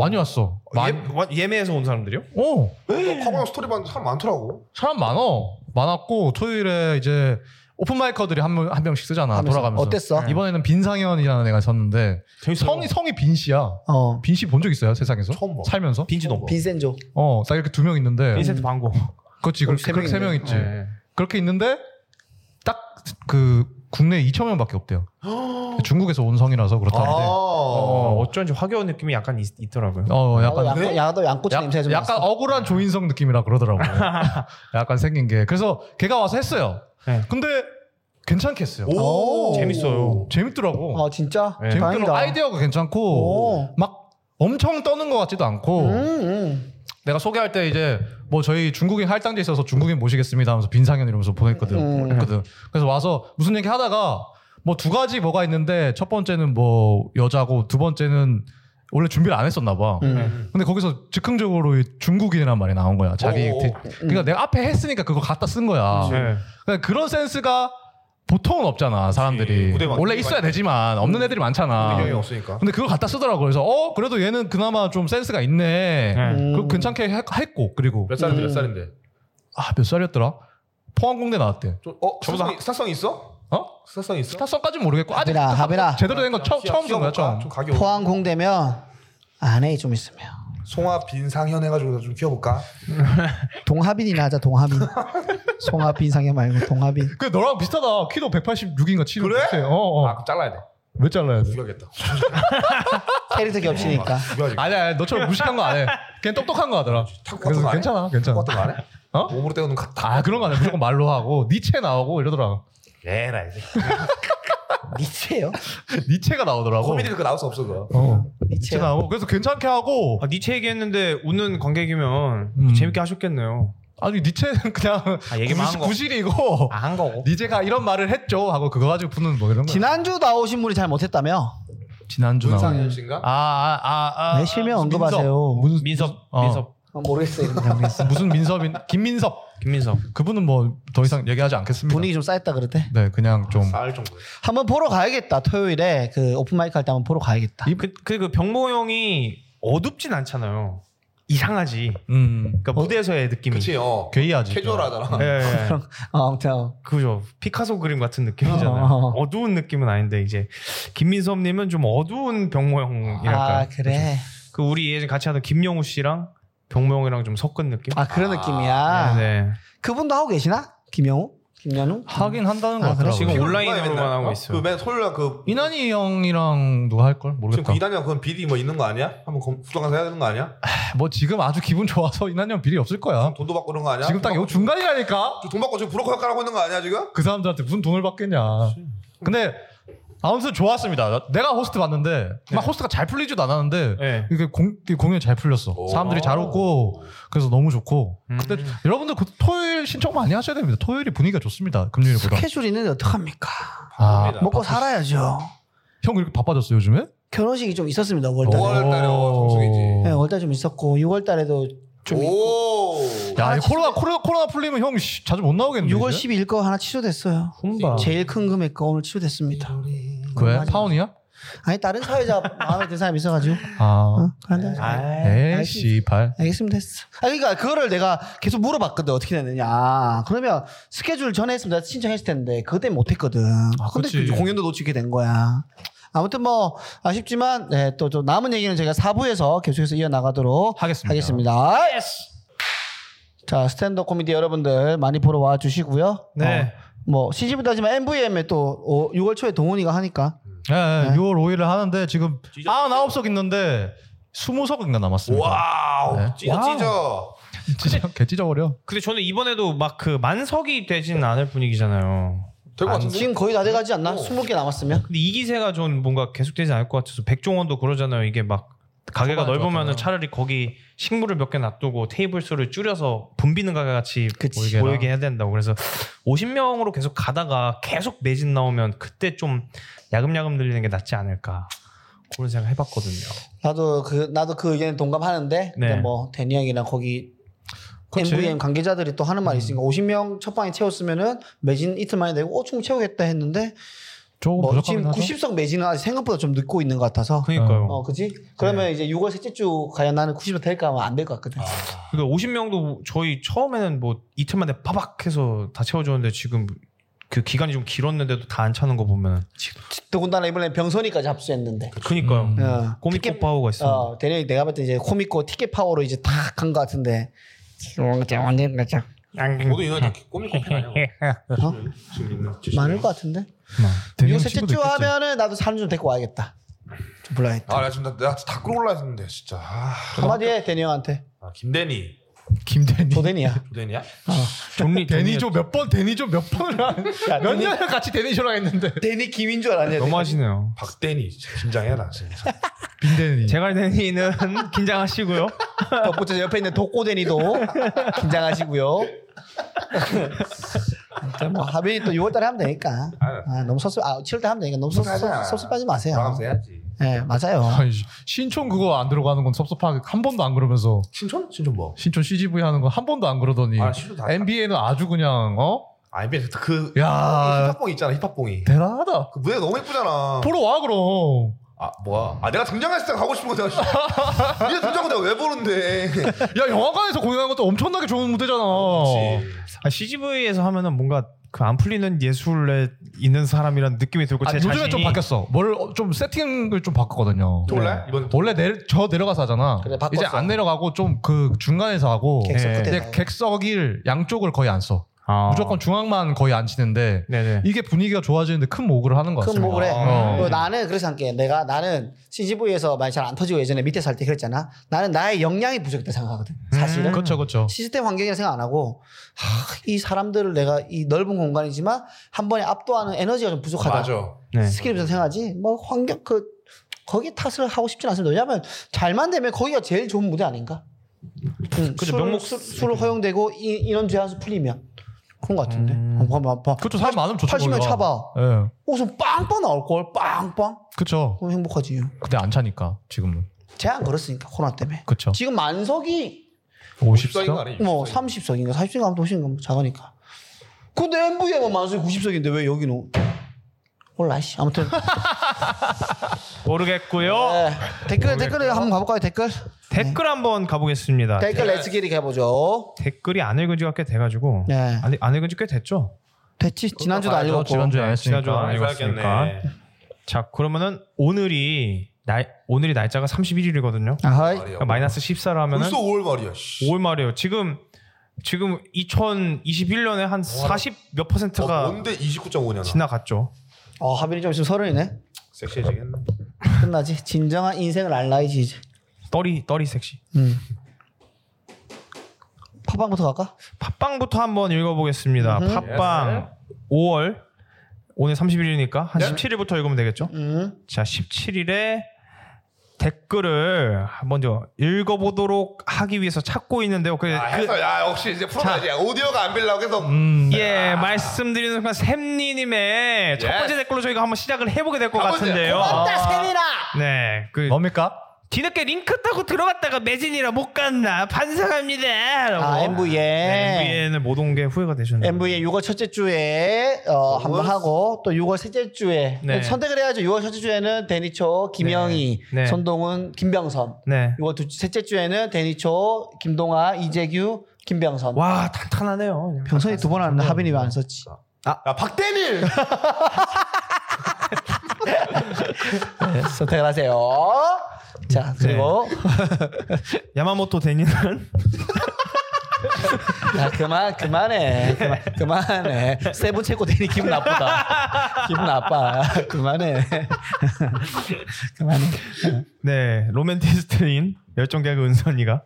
Speaker 4: 많이 왔어.
Speaker 2: 예,
Speaker 4: 많이.
Speaker 2: 와- 예매해서 온 사람들이요?
Speaker 4: 오
Speaker 5: 커버형 스토리 봤는데 사람 많더라고
Speaker 4: 사람 많어. 많았고 토요일에 이제 오픈 마이커들이 한, 명- 한 명씩 쓰잖아
Speaker 1: 하면서.
Speaker 4: 돌아가면서. 네. 예.
Speaker 1: 어땠어?
Speaker 4: 이번에는 빈상현이라는 애가 섰는데
Speaker 2: 재밌어요.
Speaker 4: 성이 성이 빈 씨야.
Speaker 1: 어
Speaker 4: 빈 씨 본 적 있어요 세상에서?
Speaker 5: 처음
Speaker 1: 뭐?
Speaker 5: 봐
Speaker 4: 살면서?
Speaker 2: 빈지 너무.
Speaker 1: 빈센조
Speaker 4: 어, 딱 이렇게 두 명 있는데.
Speaker 2: 빈센트 방고.
Speaker 4: 그렇지
Speaker 1: 어, 세
Speaker 4: 그렇게
Speaker 1: 명인데.
Speaker 4: 세명 있지.
Speaker 2: 네.
Speaker 4: 그렇게 있는데 딱 그 국내 2천 명밖에 없대요. 중국에서 온 성이라서
Speaker 5: 아.
Speaker 4: 그렇다는데.
Speaker 1: 아.
Speaker 2: 어,
Speaker 4: 아. 네. 어,
Speaker 2: 어쩐지 화겨운 느낌이 약간 있, 있더라고요.
Speaker 4: 어, 약간
Speaker 1: 나도 양, 나도 양꼬치
Speaker 4: 약-
Speaker 1: 냄새 좀 네.
Speaker 4: 약간
Speaker 1: 약간
Speaker 4: 억울한 조인성 느낌이라 그러더라고. 약간 생긴 게. 그래서 걔가 와서 했어요.
Speaker 2: 네.
Speaker 4: 근데 괜찮게 했어요.
Speaker 1: 오.
Speaker 2: 재밌어요.
Speaker 4: 재밌더라고.
Speaker 1: 아 진짜
Speaker 2: 네.
Speaker 4: 재밌더라고.
Speaker 1: 다행이다.
Speaker 4: 아이디어가 괜찮고
Speaker 1: 오.
Speaker 4: 막 엄청 떠는 것 같지도 않고
Speaker 1: 음, 음.
Speaker 4: 내가 소개할 때 이제 뭐 저희 중국인 할당제 있어서 중국인 모시겠습니다 하면서 빈상현 이러면서 보냈거든.
Speaker 1: 음.
Speaker 4: 했거든. 그래서 와서 무슨 얘기 하다가 뭐 두 가지 뭐가 있는데 첫 번째는 뭐 여자고 두 번째는 원래 준비를 안 했었나 봐.
Speaker 1: 음.
Speaker 4: 근데 거기서 즉흥적으로 이 중국인이란 말이 나온 거야. 자기
Speaker 5: 오.
Speaker 4: 디-
Speaker 5: 음.
Speaker 4: 그러니까 내가 앞에 했으니까 그거 갖다 쓴 거야.
Speaker 2: 네.
Speaker 4: 그러니까 그런 센스가 보통은 없잖아 사람들이.
Speaker 5: 무대 많-
Speaker 4: 원래
Speaker 5: 무대
Speaker 4: 있어야
Speaker 5: 많-
Speaker 4: 되지만 없는 애들이
Speaker 5: 음.
Speaker 4: 많잖아. 음.
Speaker 5: 영향이 없으니까
Speaker 4: 근데 그걸 갖다 쓰더라고. 그래서 어 그래도 얘는 그나마 좀 센스가 있네.
Speaker 2: 네.
Speaker 1: 음.
Speaker 4: 그 괜찮게 했- 했고 그리고
Speaker 3: 몇 살인데
Speaker 1: 음.
Speaker 3: 몇 살인데?
Speaker 4: 아 몇 살이었더라? 포항공대 나왔대.
Speaker 5: 좀, 어?
Speaker 4: 저보다
Speaker 5: 스타성, 스타성 있어?
Speaker 4: 어?
Speaker 5: 스타성 있어?
Speaker 4: 스타성까지는 모르겠고 아직
Speaker 1: 하빈아 하빈아
Speaker 4: 제대로 된 건 처음
Speaker 5: 시야-
Speaker 4: 처음
Speaker 5: 시야
Speaker 4: 본 거야
Speaker 5: 볼까?
Speaker 4: 처음.
Speaker 5: 아, 좀 가격
Speaker 1: 포항 공대면 안에 좀 있으면
Speaker 5: 송화 빈상현 해가지고 좀 키워볼까?
Speaker 1: 동하빈이나 하자 동하빈 송하빈 상해 말고 동하빈
Speaker 4: 그 너랑 비슷하다. 키도 186인가 7
Speaker 5: 그래?
Speaker 4: 어어.
Speaker 5: 아 그럼 잘라야 돼
Speaker 4: 왜 잘라야 돼?
Speaker 5: 죽여야겠다
Speaker 1: 캐릭터 겹치니까
Speaker 5: 죽여야지
Speaker 4: 아니야, 아니야. 너처럼 무식한 거 안 해. 그냥 똑똑한 거 하더라.
Speaker 5: 탁구 같은
Speaker 4: 그래서
Speaker 5: 거안 해?
Speaker 4: 괜찮아, 괜찮아.
Speaker 5: 똑같은 거안 해?
Speaker 4: 어?
Speaker 5: 몸으로 때우는 거 같다
Speaker 4: 아 그런 거 안 해. 무조건 말로 하고 니체 나오고 이러더라.
Speaker 2: 네,
Speaker 5: 에라 이제
Speaker 1: 니체요?
Speaker 4: 니체가 나오더라고.
Speaker 5: 코미디 그거 나올 수 없어 그거
Speaker 4: 어. 니체
Speaker 1: 니체요?
Speaker 4: 나오고 그래서 괜찮게 하고
Speaker 2: 아, 니체 얘기했는데 우는 관객이면
Speaker 4: 음.
Speaker 2: 재밌게 하셨겠네요.
Speaker 4: 아니 니체는 그냥
Speaker 2: 아, 얘기만 한 거.
Speaker 4: 구실, 이고
Speaker 2: 아, 한 거고.
Speaker 4: 니체가 이런 말을 했죠 하고 그거 가지고 푸는 뭐 이런 거.
Speaker 1: 지난주 나오신 분이 잘 못했다며?
Speaker 4: 지난주 나온.
Speaker 5: 문상현 씨인가?
Speaker 4: 아아아 아, 아,
Speaker 1: 내 네, 실명
Speaker 4: 아,
Speaker 1: 언급하세요.
Speaker 4: 무슨
Speaker 2: 민섭
Speaker 4: 어.
Speaker 2: 민섭
Speaker 1: 아, 모르겠어요. 이름.
Speaker 4: 무슨 민섭인 김민섭
Speaker 2: 김민섭
Speaker 4: 그분은 뭐 더 이상 얘기하지 않겠습니다.
Speaker 1: 분위기 좀 쌓였다 그랬대.
Speaker 4: 네 그냥 좀
Speaker 5: 쌀 정도.
Speaker 1: 한번 보러 가야겠다. 토요일에 그 오픈 마이크 할 때 한번 보러 가야겠다.
Speaker 2: 그, 그, 그 병모 형이 어둡진 않잖아요 이상하지
Speaker 4: 음,
Speaker 2: 그러니까
Speaker 1: 어?
Speaker 2: 무대에서의 느낌이
Speaker 5: 그치 어.
Speaker 4: 괴이하지. 네.
Speaker 5: 캐주얼하잖아.
Speaker 2: 예, 예.
Speaker 1: 어, 아무튼
Speaker 2: 그죠 피카소 그림 같은 느낌이잖아요
Speaker 1: 어, 어, 어.
Speaker 2: 어두운 느낌은 아닌데 이제 김민섭님은 좀 어두운 병모 형이랄까
Speaker 1: 아
Speaker 2: 요
Speaker 1: 그래.
Speaker 2: 그 우리 예전 같이 하던 김영우 씨랑 병모 형이랑 좀 섞은 느낌
Speaker 1: 아 그런
Speaker 5: 아,
Speaker 1: 느낌이야.
Speaker 2: 네
Speaker 1: 그분도 하고 계시나? 김영우? 김연우?
Speaker 4: 하긴 한다는 것
Speaker 1: 아,
Speaker 4: 같더라고요.
Speaker 2: 지금
Speaker 5: 그거
Speaker 2: 온라인으로만
Speaker 5: 맨날,
Speaker 2: 하고
Speaker 5: 어?
Speaker 2: 있어요.
Speaker 5: 그맨 토요일날 그
Speaker 4: 이난이 형이랑 누가 할 걸
Speaker 5: 지금
Speaker 4: 모르겠다.
Speaker 5: 그 이단이랑 그건 비리 뭐 있는 거 아니야? 한번 검- 수정해서 해야 되는 거 아니야?
Speaker 4: 뭐 지금 아주 기분 좋아서 이난이 형 비리 없을 거야.
Speaker 5: 돈도 받고 그런 거 아니야? 뭐.
Speaker 4: 어? 지금 딱 요 중간이라니까.
Speaker 5: 돈 받고 지금 브로커 역할 하고 있는 거 아니야 지금?
Speaker 4: 그 사람들한테 무슨 돈을 받겠냐. 근데 아무튼 좋았습니다. 내가 호스트 봤는데
Speaker 5: 네.
Speaker 4: 막 호스트가 잘 풀리지도 않았는데
Speaker 2: 네.
Speaker 4: 이게 공, 이게 공연 잘 풀렸어.
Speaker 5: 오.
Speaker 4: 사람들이 잘 웃고 그래서 너무 좋고.
Speaker 2: 음.
Speaker 4: 근데 여러분들 그 토요일 신청 많이 하셔야 됩니다. 토요일이 분위기가 좋습니다. 금요일보다.
Speaker 1: 스케줄 있는데 어떡합니까?
Speaker 4: 아,
Speaker 5: 바쁩니다.
Speaker 1: 먹고 살아야죠.
Speaker 4: 형 이렇게 바빠졌어 요즘에?
Speaker 1: 결혼식이 좀 있었습니다. 5월달에.
Speaker 5: 오월. 5월달에 성수기지.
Speaker 1: 네, 5월달 좀 있었고 6월달에도 좀 있고
Speaker 5: 오.
Speaker 4: 야, 이
Speaker 1: 아,
Speaker 4: 코로나 코로나 코로나 풀리면 형 씨, 자주 못 나오겠는데.
Speaker 1: 6월
Speaker 4: 이제?
Speaker 1: 12일 거 하나 취소됐어요.
Speaker 2: 훈바
Speaker 1: 제일 큰 금액 거 오늘 취소됐습니다. 어,
Speaker 4: 왜? 파운이야?
Speaker 1: 아니 다른 사회자 마음에 든 사람 있어가지고.
Speaker 4: 아.
Speaker 1: 어, 그런다. 네,
Speaker 4: 에이 씨발.
Speaker 1: 알겠습니다. 했어. 아 그러니까 그거를 내가 계속 물어봤거든. 어떻게 됐느냐. 아, 그러면 스케줄 전에 했으면 내가 신청했을 텐데 그때 못했거든.
Speaker 4: 아,
Speaker 1: 근데
Speaker 4: 그치.
Speaker 1: 그 공연도 놓치게 된 거야. 아무튼 뭐 아쉽지만 네, 또좀 남은 얘기는 제가 4부에서 계속해서 이어나가도록
Speaker 4: 하겠습니다.
Speaker 1: 하겠습니다. 자 스탠드 코미디 여러분들 많이 보러 와 주시고요.
Speaker 2: 네.
Speaker 1: 어, 뭐 시집이다지만 MVM에 또 어, 6월 초에 동훈이가 하니까
Speaker 4: 예, 예, 6월 5일을 하는데 지금 아 아홉 석 있는데 스무 석인가 남았습니다.
Speaker 5: 와우.
Speaker 4: 네.
Speaker 5: 찢어 찢어.
Speaker 4: 찢어, 개 찢어버려.
Speaker 2: 근데 저는 이번에도 막 그 만석이 되지는 않을 분위기잖아요.
Speaker 5: 될것 같은데?
Speaker 1: 지금 거의 다 돼가지 않나?
Speaker 5: 어.
Speaker 1: 20개 남았으면
Speaker 2: 근데 이 기세가 좀 뭔가 계속되지 않을 것 같아서 백종원도 그러잖아요. 이게 막 가게가
Speaker 4: 초반에
Speaker 2: 넓으면
Speaker 4: 좋았잖아요.
Speaker 2: 은 차라리 거기 식물을 몇 개 놔두고 테이블 수를 줄여서 붐비는 가게 같이
Speaker 1: 그치.
Speaker 2: 보이게, 보이게 해야 된다고. 그래서 50명으로 계속 가다가 계속 매진 나오면 그때 좀 야금야금 늘리는 게 낫지 않을까. 그런 생각 해봤거든요.
Speaker 1: 나도 그 나도 그 의견에 동감하는데 근데
Speaker 2: 네.
Speaker 1: 뭐 대니 형이랑 거기
Speaker 4: 그치.
Speaker 1: MVM 관계자들이 또 하는 말이 있으니까 50명 첫 방에 채웠으면은 매진 이틀 만에 되고 5층 채우겠다 했는데
Speaker 4: 조금
Speaker 1: 뭐
Speaker 4: 어, 부족하긴
Speaker 1: 지금
Speaker 4: 하죠.
Speaker 1: 90석 매진은 아직 생각보다 좀 늦고 있는 것 같아서
Speaker 2: 그러니까요.
Speaker 1: 어 그지? 그러면 이제 6월 셋째 주 과연 나는 90석 될까 하면 안 될 것 같거든.
Speaker 2: 그러니까 50명도 저희 처음에는 뭐 이틀 만에 파박 해서 다 채워줬는데 지금 그 기간이 좀 길었는데도 다 안 차는 거 보면
Speaker 1: 더군다나 이번에 병선이까지 합수했는데.
Speaker 2: 그니까요
Speaker 4: 음.
Speaker 1: 어,
Speaker 2: 꼬미꼬
Speaker 1: 티켓-
Speaker 2: 파워가 있어
Speaker 1: 어 대니 형이 내가 봤을 때 이제 코미코 티켓 파워로 이제 탁 간 것 같은데.
Speaker 5: 모든 인원이 다 꼬미 꼬미 아니야?
Speaker 1: 어?
Speaker 5: 지금 있는.
Speaker 1: 많을 것 같은데.
Speaker 4: 되는
Speaker 1: 6월 셋째
Speaker 4: 어, 친구도
Speaker 1: 주
Speaker 4: 있겠지.
Speaker 1: 하면은 나도 사람 좀 데리고 와야겠다. 좀 불러야겠다.
Speaker 5: 아, 나 지금 나, 나다 끌어올라 했는데 진짜. 아,
Speaker 1: 한마디 해 대니 형한테.
Speaker 5: 아, 김대니.
Speaker 4: 김대니.
Speaker 1: 조대니야.
Speaker 5: 조대니야?
Speaker 2: 종리
Speaker 4: 데니조 몇 번, 데니조 몇 번을 한,
Speaker 1: 야,
Speaker 4: 몇
Speaker 1: 데니-
Speaker 4: 년을 같이 데니조랑 했는데.
Speaker 1: 대니 김인 줄 알았냐?
Speaker 2: 너무 하시네요
Speaker 5: 박대니. 진짜 긴장해라 진짜.
Speaker 1: 아,
Speaker 4: 빈데니.
Speaker 2: 제갈 데니는 긴장하시고요
Speaker 1: 덧붙여서 옆에 있는 독고대니도 긴장하시고요. 아무튼 뭐 하빈이 또 6월달에 하면 되니까. 아, 너무 섭섭. 아 7월달 하면 되니까 너무 섭섭,
Speaker 5: 하잖아.
Speaker 1: 섭섭하지 마세요.
Speaker 5: 나가면서 해야지.
Speaker 1: 네 맞아요.
Speaker 4: 아니, 신촌 그거 안 들어가는 건 섭섭하게 한 번도 안 그러면서
Speaker 5: 신촌? 신촌 뭐?
Speaker 4: 신촌 CGV 하는 거 한 번도 안 그러더니
Speaker 5: 아, 신촌 다.
Speaker 4: NBA는 아주 그냥 어?
Speaker 5: 아, NBA 그
Speaker 4: 야
Speaker 5: 힙합봉 있잖아. 힙합봉이.
Speaker 4: 대단하다.
Speaker 5: 그 무대 너무 예쁘잖아.
Speaker 4: 보러 와 그럼.
Speaker 5: 아 뭐야? 아 내가 등장했을 때 가고 싶은 거잖아. 니가 등장하고 내가 왜 보는데?
Speaker 4: 야 영화관에서 공연한 것도 엄청나게 좋은 무대잖아. 어.
Speaker 2: 아, CGV에서 하면은 뭔가 그 안 풀리는 예술에 있는 사람이란 느낌이 들고
Speaker 4: 아,
Speaker 2: 제
Speaker 4: 요즘에
Speaker 2: 자신이
Speaker 4: 좀 바뀌었어. 뭐를 어, 좀 세팅을 좀 바꿨거든요.
Speaker 5: 또 올라요? 이번에 또?
Speaker 4: 원래 내려, 저 내려가서 하잖아.
Speaker 1: 그래, 바꿨어.
Speaker 4: 이제 안 내려가고 좀 그 중간에서 하고. 네.
Speaker 1: 객석
Speaker 2: 예.
Speaker 1: 끝에
Speaker 4: 근데 객석일 양쪽을 거의 안 써.
Speaker 2: 아.
Speaker 4: 무조건 중앙만 거의 안 치는데
Speaker 2: 네네
Speaker 4: 이게 분위기가 좋아지는데 큰 모그를 하는 것
Speaker 1: 큰
Speaker 4: 같습니다.
Speaker 5: 아,
Speaker 1: 목을 해.
Speaker 4: 어.
Speaker 1: 그리고 나는 그래서 함께 내가 나는 CGV에서 많이 잘 안 터지고 예전에 밑에 살 때 그랬잖아. 나는 나의 역량이 부족했다 생각하거든. 사실은.
Speaker 4: 그렇죠, 그렇죠.
Speaker 2: 어.
Speaker 1: 시스템 환경이라 생각 안 하고 하, 이 사람들을 내가 이 넓은 공간이지만 한 번에 압도하는 에너지가 좀 부족하다.
Speaker 5: 맞아.
Speaker 4: 어.
Speaker 2: 네.
Speaker 1: 스킬이 부족 생각하지. 뭐 환경 그 거기 탓을 하고 싶진 않습니다. 왜냐하면 잘만 되면 거기가 제일 좋은 무대 아닌가. 응,
Speaker 2: 그죠,
Speaker 1: 술,
Speaker 2: 명목-
Speaker 1: 술, 술 허용되고 이- 인원 제한수 풀리면 그런 것 같은데.
Speaker 2: 음.
Speaker 1: 어, 봐봐, 봐.
Speaker 4: 그렇죠. 사람 많으면 좋죠.
Speaker 1: 80명
Speaker 4: 거기가.
Speaker 1: 차봐.
Speaker 4: 예.
Speaker 1: 옷은 빵빵 나올 걸. 빵빵.
Speaker 4: 그렇죠.
Speaker 1: 그럼 행복하지.
Speaker 4: 근데 안 차니까 지금은.
Speaker 1: 제한 걸었으니까 코로나 때문에.
Speaker 4: 그렇죠.
Speaker 1: 지금 만석이
Speaker 2: 어,
Speaker 4: 50석.
Speaker 3: 아니에요?
Speaker 1: 뭐 30석인가 40석인가 아무튼 훨씬 뭐 작으니까. 근데 MV에만 만석이 90석인데 왜 여기는 몰라 씨. 아무튼
Speaker 2: 모르겠고요.
Speaker 1: 네. 댓글 댓글에 한번 가볼까요 댓글?
Speaker 2: 댓글 한번 가보겠습니다.
Speaker 1: 아, 댓글 렛츠기리 가보죠.
Speaker 2: 댓글이 안 읽은 지가 꽤 돼가지고
Speaker 1: 네.
Speaker 2: 안, 안 읽은 지 꽤 됐죠?
Speaker 1: 됐지 지난주도 안 읽었고.
Speaker 4: 아, 지난주에 안 했으니까.
Speaker 2: 지난주에 안 읽었으니까.
Speaker 3: 네.
Speaker 2: 자 그러면은 오늘이 날 오늘이 날짜가 31일이거든요.
Speaker 1: 아하이.
Speaker 5: 말이야.
Speaker 2: 그러니까 마이너스 14로 하면은
Speaker 5: 벌써 5월 말이야. 씨.
Speaker 2: 5월 말이에요. 지금 지금 2021년에 한 40 몇
Speaker 5: 어,
Speaker 2: 퍼센트가
Speaker 5: 뭔데 29.5년.
Speaker 2: 지나갔죠.
Speaker 1: 어 하빈이 좀 있으면 서른이네.
Speaker 3: 섹시해지겠네.
Speaker 1: 끝나지. 진정한 인생을 알라이지 이제.
Speaker 2: 떨이 떨이 섹시.
Speaker 1: 음. 팝빵부터 갈까?
Speaker 2: 팟빵부터 한번 읽어보겠습니다. 팟빵 5월 오늘 31일이니까 한 17일부터 읽으면 되겠죠?
Speaker 1: 음.
Speaker 2: 자 17일에 댓글을 먼저 읽어보도록 하기 위해서 찾고 있는데요. 그,
Speaker 5: 야,
Speaker 2: 그-
Speaker 5: 아, 해서 야 역시 이제 풀어야지. 오디오가 안 빌려고 해서
Speaker 4: 음.
Speaker 2: 예 말씀드리는 순간 샘니님의 첫 번째 댓글로 저희가 한번 시작을 해보게 될 것
Speaker 5: 첫 번째,
Speaker 2: 같은데요.
Speaker 1: 왔다 세민아.
Speaker 2: 네, 그
Speaker 4: 뭡니까?
Speaker 2: 뒤늦게 링크 타고 들어갔다가 매진이라 못 갔나 반성합니다. 라고.
Speaker 1: 아 MV에.
Speaker 2: 네, MVN을 못 온 게 후회가 되셨네요.
Speaker 1: MV의 6월 첫째 주에 어, 한번 하고 또 6월 셋째 주에
Speaker 2: 네.
Speaker 1: 선택을 해야죠. 6월 첫째 주에는 데니초, 김영희,
Speaker 2: 네. 네.
Speaker 1: 손동훈, 김병선.
Speaker 2: 네.
Speaker 1: 6월 두, 셋째 주에는 데니초, 김동아, 이재규, 김병선.
Speaker 2: 와 탄탄하네요. 그냥.
Speaker 1: 병선이 두 번 왔는데 하빈이 왜 안 썼지?
Speaker 5: 아, 야 박대닐.
Speaker 2: 네.
Speaker 1: 선택을 하세요. 자 그리고
Speaker 2: 야마모토 데니는
Speaker 1: 야, 그만 그만해 그만, 그만해 세븐 최고 되니 기분 나쁘다 기분 나빠 그만해 그만해
Speaker 2: 네 로맨티스트인 열정개그 은선이가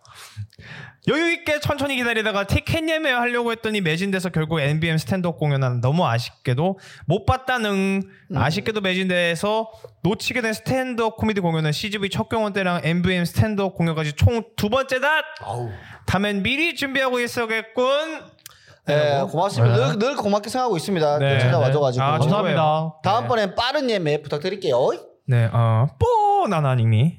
Speaker 2: 여유 있게 천천히 기다리다가 티켓 예매하려고 했더니 매진돼서 결국 NBM 스탠드업 공연은 너무 아쉽게도 못 봤다는
Speaker 5: 음.
Speaker 2: 아쉽게도 매진돼서 놓치게 된 스탠드업 코미디 공연은 CGV 첫 경원 때랑 NBM 스탠드업 공연까지 총 두 번째다.
Speaker 5: 아우.
Speaker 2: 다음엔 미리 준비하고 있어야겠군.
Speaker 1: 예, 고맙습니다. 늘, 늘 고맙게 생각하고 있습니다.
Speaker 2: 뭐, 네,
Speaker 1: 찾아와줘가지고.
Speaker 2: 네. 아, 죄송합니다.
Speaker 4: 감사합니다.
Speaker 1: 다음번엔 빠른 예매 부탁드릴게요.
Speaker 2: 네, 어, 뽀나나님이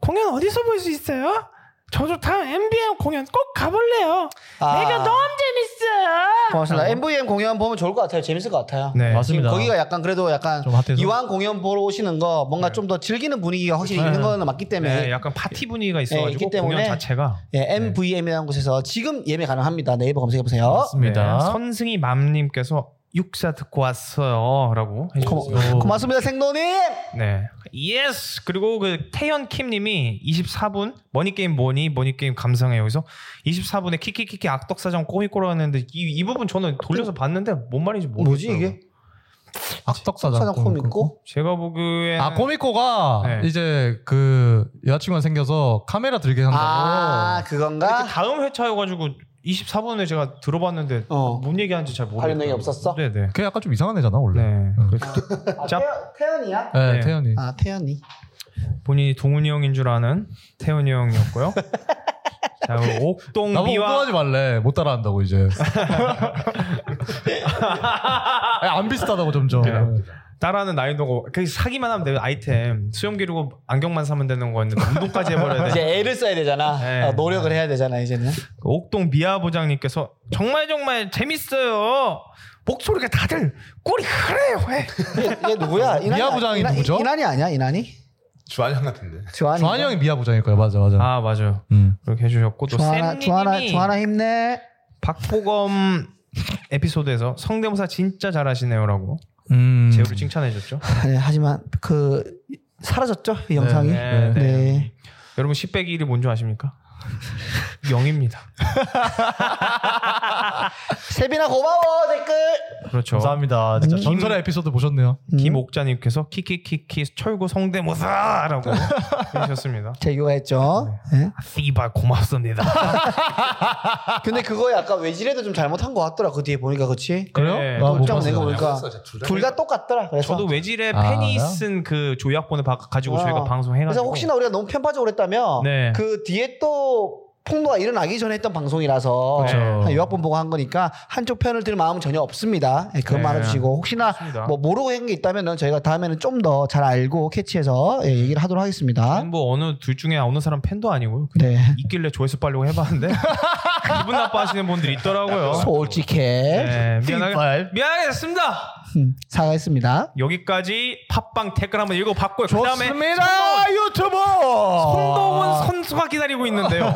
Speaker 2: 공연 어디서 볼 수 있어요? 저도 다음 MBM 공연 꼭 가볼래요.
Speaker 1: 아.
Speaker 2: 내가 너무 재밌어요.
Speaker 1: 고맙습니다. MVM 공연 보면 좋을 것 같아요. 재밌을 것 같아요.
Speaker 2: 네,
Speaker 4: 아. 맞습니다.
Speaker 1: 지금 거기가 약간 그래도 약간
Speaker 4: 좀 핫해서? 네.
Speaker 1: 이왕 공연 보러 오시는 거 뭔가 좀 더 즐기는 분위기가 확실히 있는 거는 맞기 때문에
Speaker 2: 네, 약간 파티 분위기가
Speaker 1: 네,
Speaker 2: 있어가지고
Speaker 1: 있기 때문에
Speaker 2: 공연 자체가
Speaker 1: 예,
Speaker 4: 네.
Speaker 1: MVM이라는 곳에서 지금 예매 가능합니다. 네이버 검색해 보세요. 네.
Speaker 4: 맞습니다.
Speaker 2: 네, 선승이 맘님께서 육사 듣고 왔어요라고 해주셨어요.
Speaker 1: 고맙습니다, 생노님.
Speaker 2: 네, 예스. 그리고 그 태연 킴님이 24분 머니 게임 뭐니 머니 게임 감상해 여기서 24분에 키키키키 악덕사정 꼬이꼬라 했는데 이, 이 부분 저는 돌려서 봤는데 뭔 말인지 모르겠어요.
Speaker 1: 뭐지 이게?
Speaker 4: 악덕사장
Speaker 1: 사장 콤 있고?
Speaker 2: 제가 보기에는
Speaker 4: 아 코미코가
Speaker 2: 네.
Speaker 4: 이제 그 여자친구가 생겨서 카메라 들게 한다고.
Speaker 1: 아, 그건가?
Speaker 2: 그 다음 회차여가지고 24분에 제가 들어봤는데
Speaker 1: 어.
Speaker 2: 뭔 얘기하는지 잘 모르겠어요.
Speaker 1: 관련 얘기 없었어?
Speaker 2: 네네.
Speaker 4: 걔 약간 좀 이상한 애잖아 원래. 네,
Speaker 2: 네.
Speaker 1: 아,
Speaker 2: 짭.
Speaker 1: 태연- 태연이야?
Speaker 4: 네,
Speaker 2: 네.
Speaker 4: 태연이.
Speaker 1: 아, 태연이.
Speaker 2: 본인이 동훈이 형인 줄 아는 태훈이 형이었고요. 자 그리고 음,
Speaker 4: 나보고
Speaker 2: 옥동비와
Speaker 4: 운동하지 말래. 못 따라한다고 이제. 야, 아, 안 비슷하다고 점점. 네.
Speaker 2: 따라하는 나이도고 그 사기만 하면 돼요 아이템 수염기르고 안경만 사면 되는 거였는데 운동까지
Speaker 4: 네.
Speaker 2: 해버려야 돼.
Speaker 1: 이제 애를 써야 되잖아.
Speaker 2: 네.
Speaker 1: 어, 노력을 해야 되잖아, 이제는.
Speaker 2: 그 옥동 미아 부장님께서 정말 정말 재밌어요. 목소리가 다들 꿀이 흐려요. 해.
Speaker 1: 얘, 얘 누구야? 이난이
Speaker 4: 미아
Speaker 1: 아니-
Speaker 4: 부장이
Speaker 1: 이난-
Speaker 4: 누구죠?
Speaker 1: 이난이 아니야? 이난이?
Speaker 5: 주한형 같은데.
Speaker 1: 주한이.
Speaker 4: 주한 형이 미아 부장일 거야 맞아 맞아.
Speaker 2: 아 맞아요.
Speaker 4: 음.
Speaker 2: 그렇게 해주셨고 또
Speaker 1: 주하나, 주하나,
Speaker 2: 쌤님이
Speaker 1: 주하나 힘내.
Speaker 2: 박보검 에피소드에서 성대모사 진짜 잘하시네요라고
Speaker 4: 음.
Speaker 2: 재우를 칭찬해줬죠.
Speaker 1: 네, 하지만 그 사라졌죠 이 영상이.
Speaker 2: 네,
Speaker 1: 네.
Speaker 2: 네. 여러분 10배 길이 뭔지 아십니까? 0입니다.
Speaker 1: 세빈아 고마워 댓글.
Speaker 2: 그렇죠.
Speaker 4: 감사합니다. 진짜
Speaker 1: 음.
Speaker 4: 전설의 에피소드 보셨네요.
Speaker 2: 김옥자님께서 키키키키 철구 성대모사라고 해주셨습니다.
Speaker 1: 재규가 했죠. 네.
Speaker 2: 씨발
Speaker 4: 아,
Speaker 2: 고맙습니다.
Speaker 1: 아, 근데 그거 약간 외질에도 좀 잘못한 것 같더라. 그 뒤에 보니까 그렇지.
Speaker 4: 그래요?
Speaker 2: 네,
Speaker 4: 나못
Speaker 1: 좀
Speaker 4: 봤어요.
Speaker 1: 내가 보니까
Speaker 5: 그래서 그러니까 둘다
Speaker 1: 그러니까 둘 다 똑같더라. 그래서
Speaker 2: 저도 외질의
Speaker 4: 아,
Speaker 2: 팬이
Speaker 4: 그래요?
Speaker 2: 쓴 그 조약본을 바- 가지고
Speaker 1: 어.
Speaker 2: 저희가 방송해가지고
Speaker 1: 그래서 혹시나 우리가 너무 편파적으로 했다면
Speaker 2: 네.
Speaker 1: 그 뒤에 또 폭로가 일어나기 전에 했던 방송이라서
Speaker 4: 그렇죠.
Speaker 1: 뭐 한 요약본 보고 한 거니까 한쪽 편을 들 마음은 전혀 없습니다. 예, 그건
Speaker 2: 네.
Speaker 1: 말해주시고 혹시나
Speaker 2: 좋습니다.
Speaker 1: 뭐 모르고 한 게 있다면은 저희가 다음에는 좀 더 잘 알고 캐치해서 예, 얘기를 하도록 하겠습니다.
Speaker 2: 뭐 어느 둘 중에 어느 사람 팬도 아니고요. 그냥
Speaker 1: 네.
Speaker 2: 있길래 조회수 빨려고 해봤는데 기분 나빠하시는 분들이 있더라고요.
Speaker 1: 솔직해
Speaker 2: 네, 미안하게 미안하겠습니다.
Speaker 1: 음, 사과했습니다.
Speaker 2: 여기까지 팟빵 댓글 한번 읽어봤고요. 그다음에
Speaker 4: 좋습니다 아. 유튜버
Speaker 2: 손동훈 선수가 기다리고 있는데요.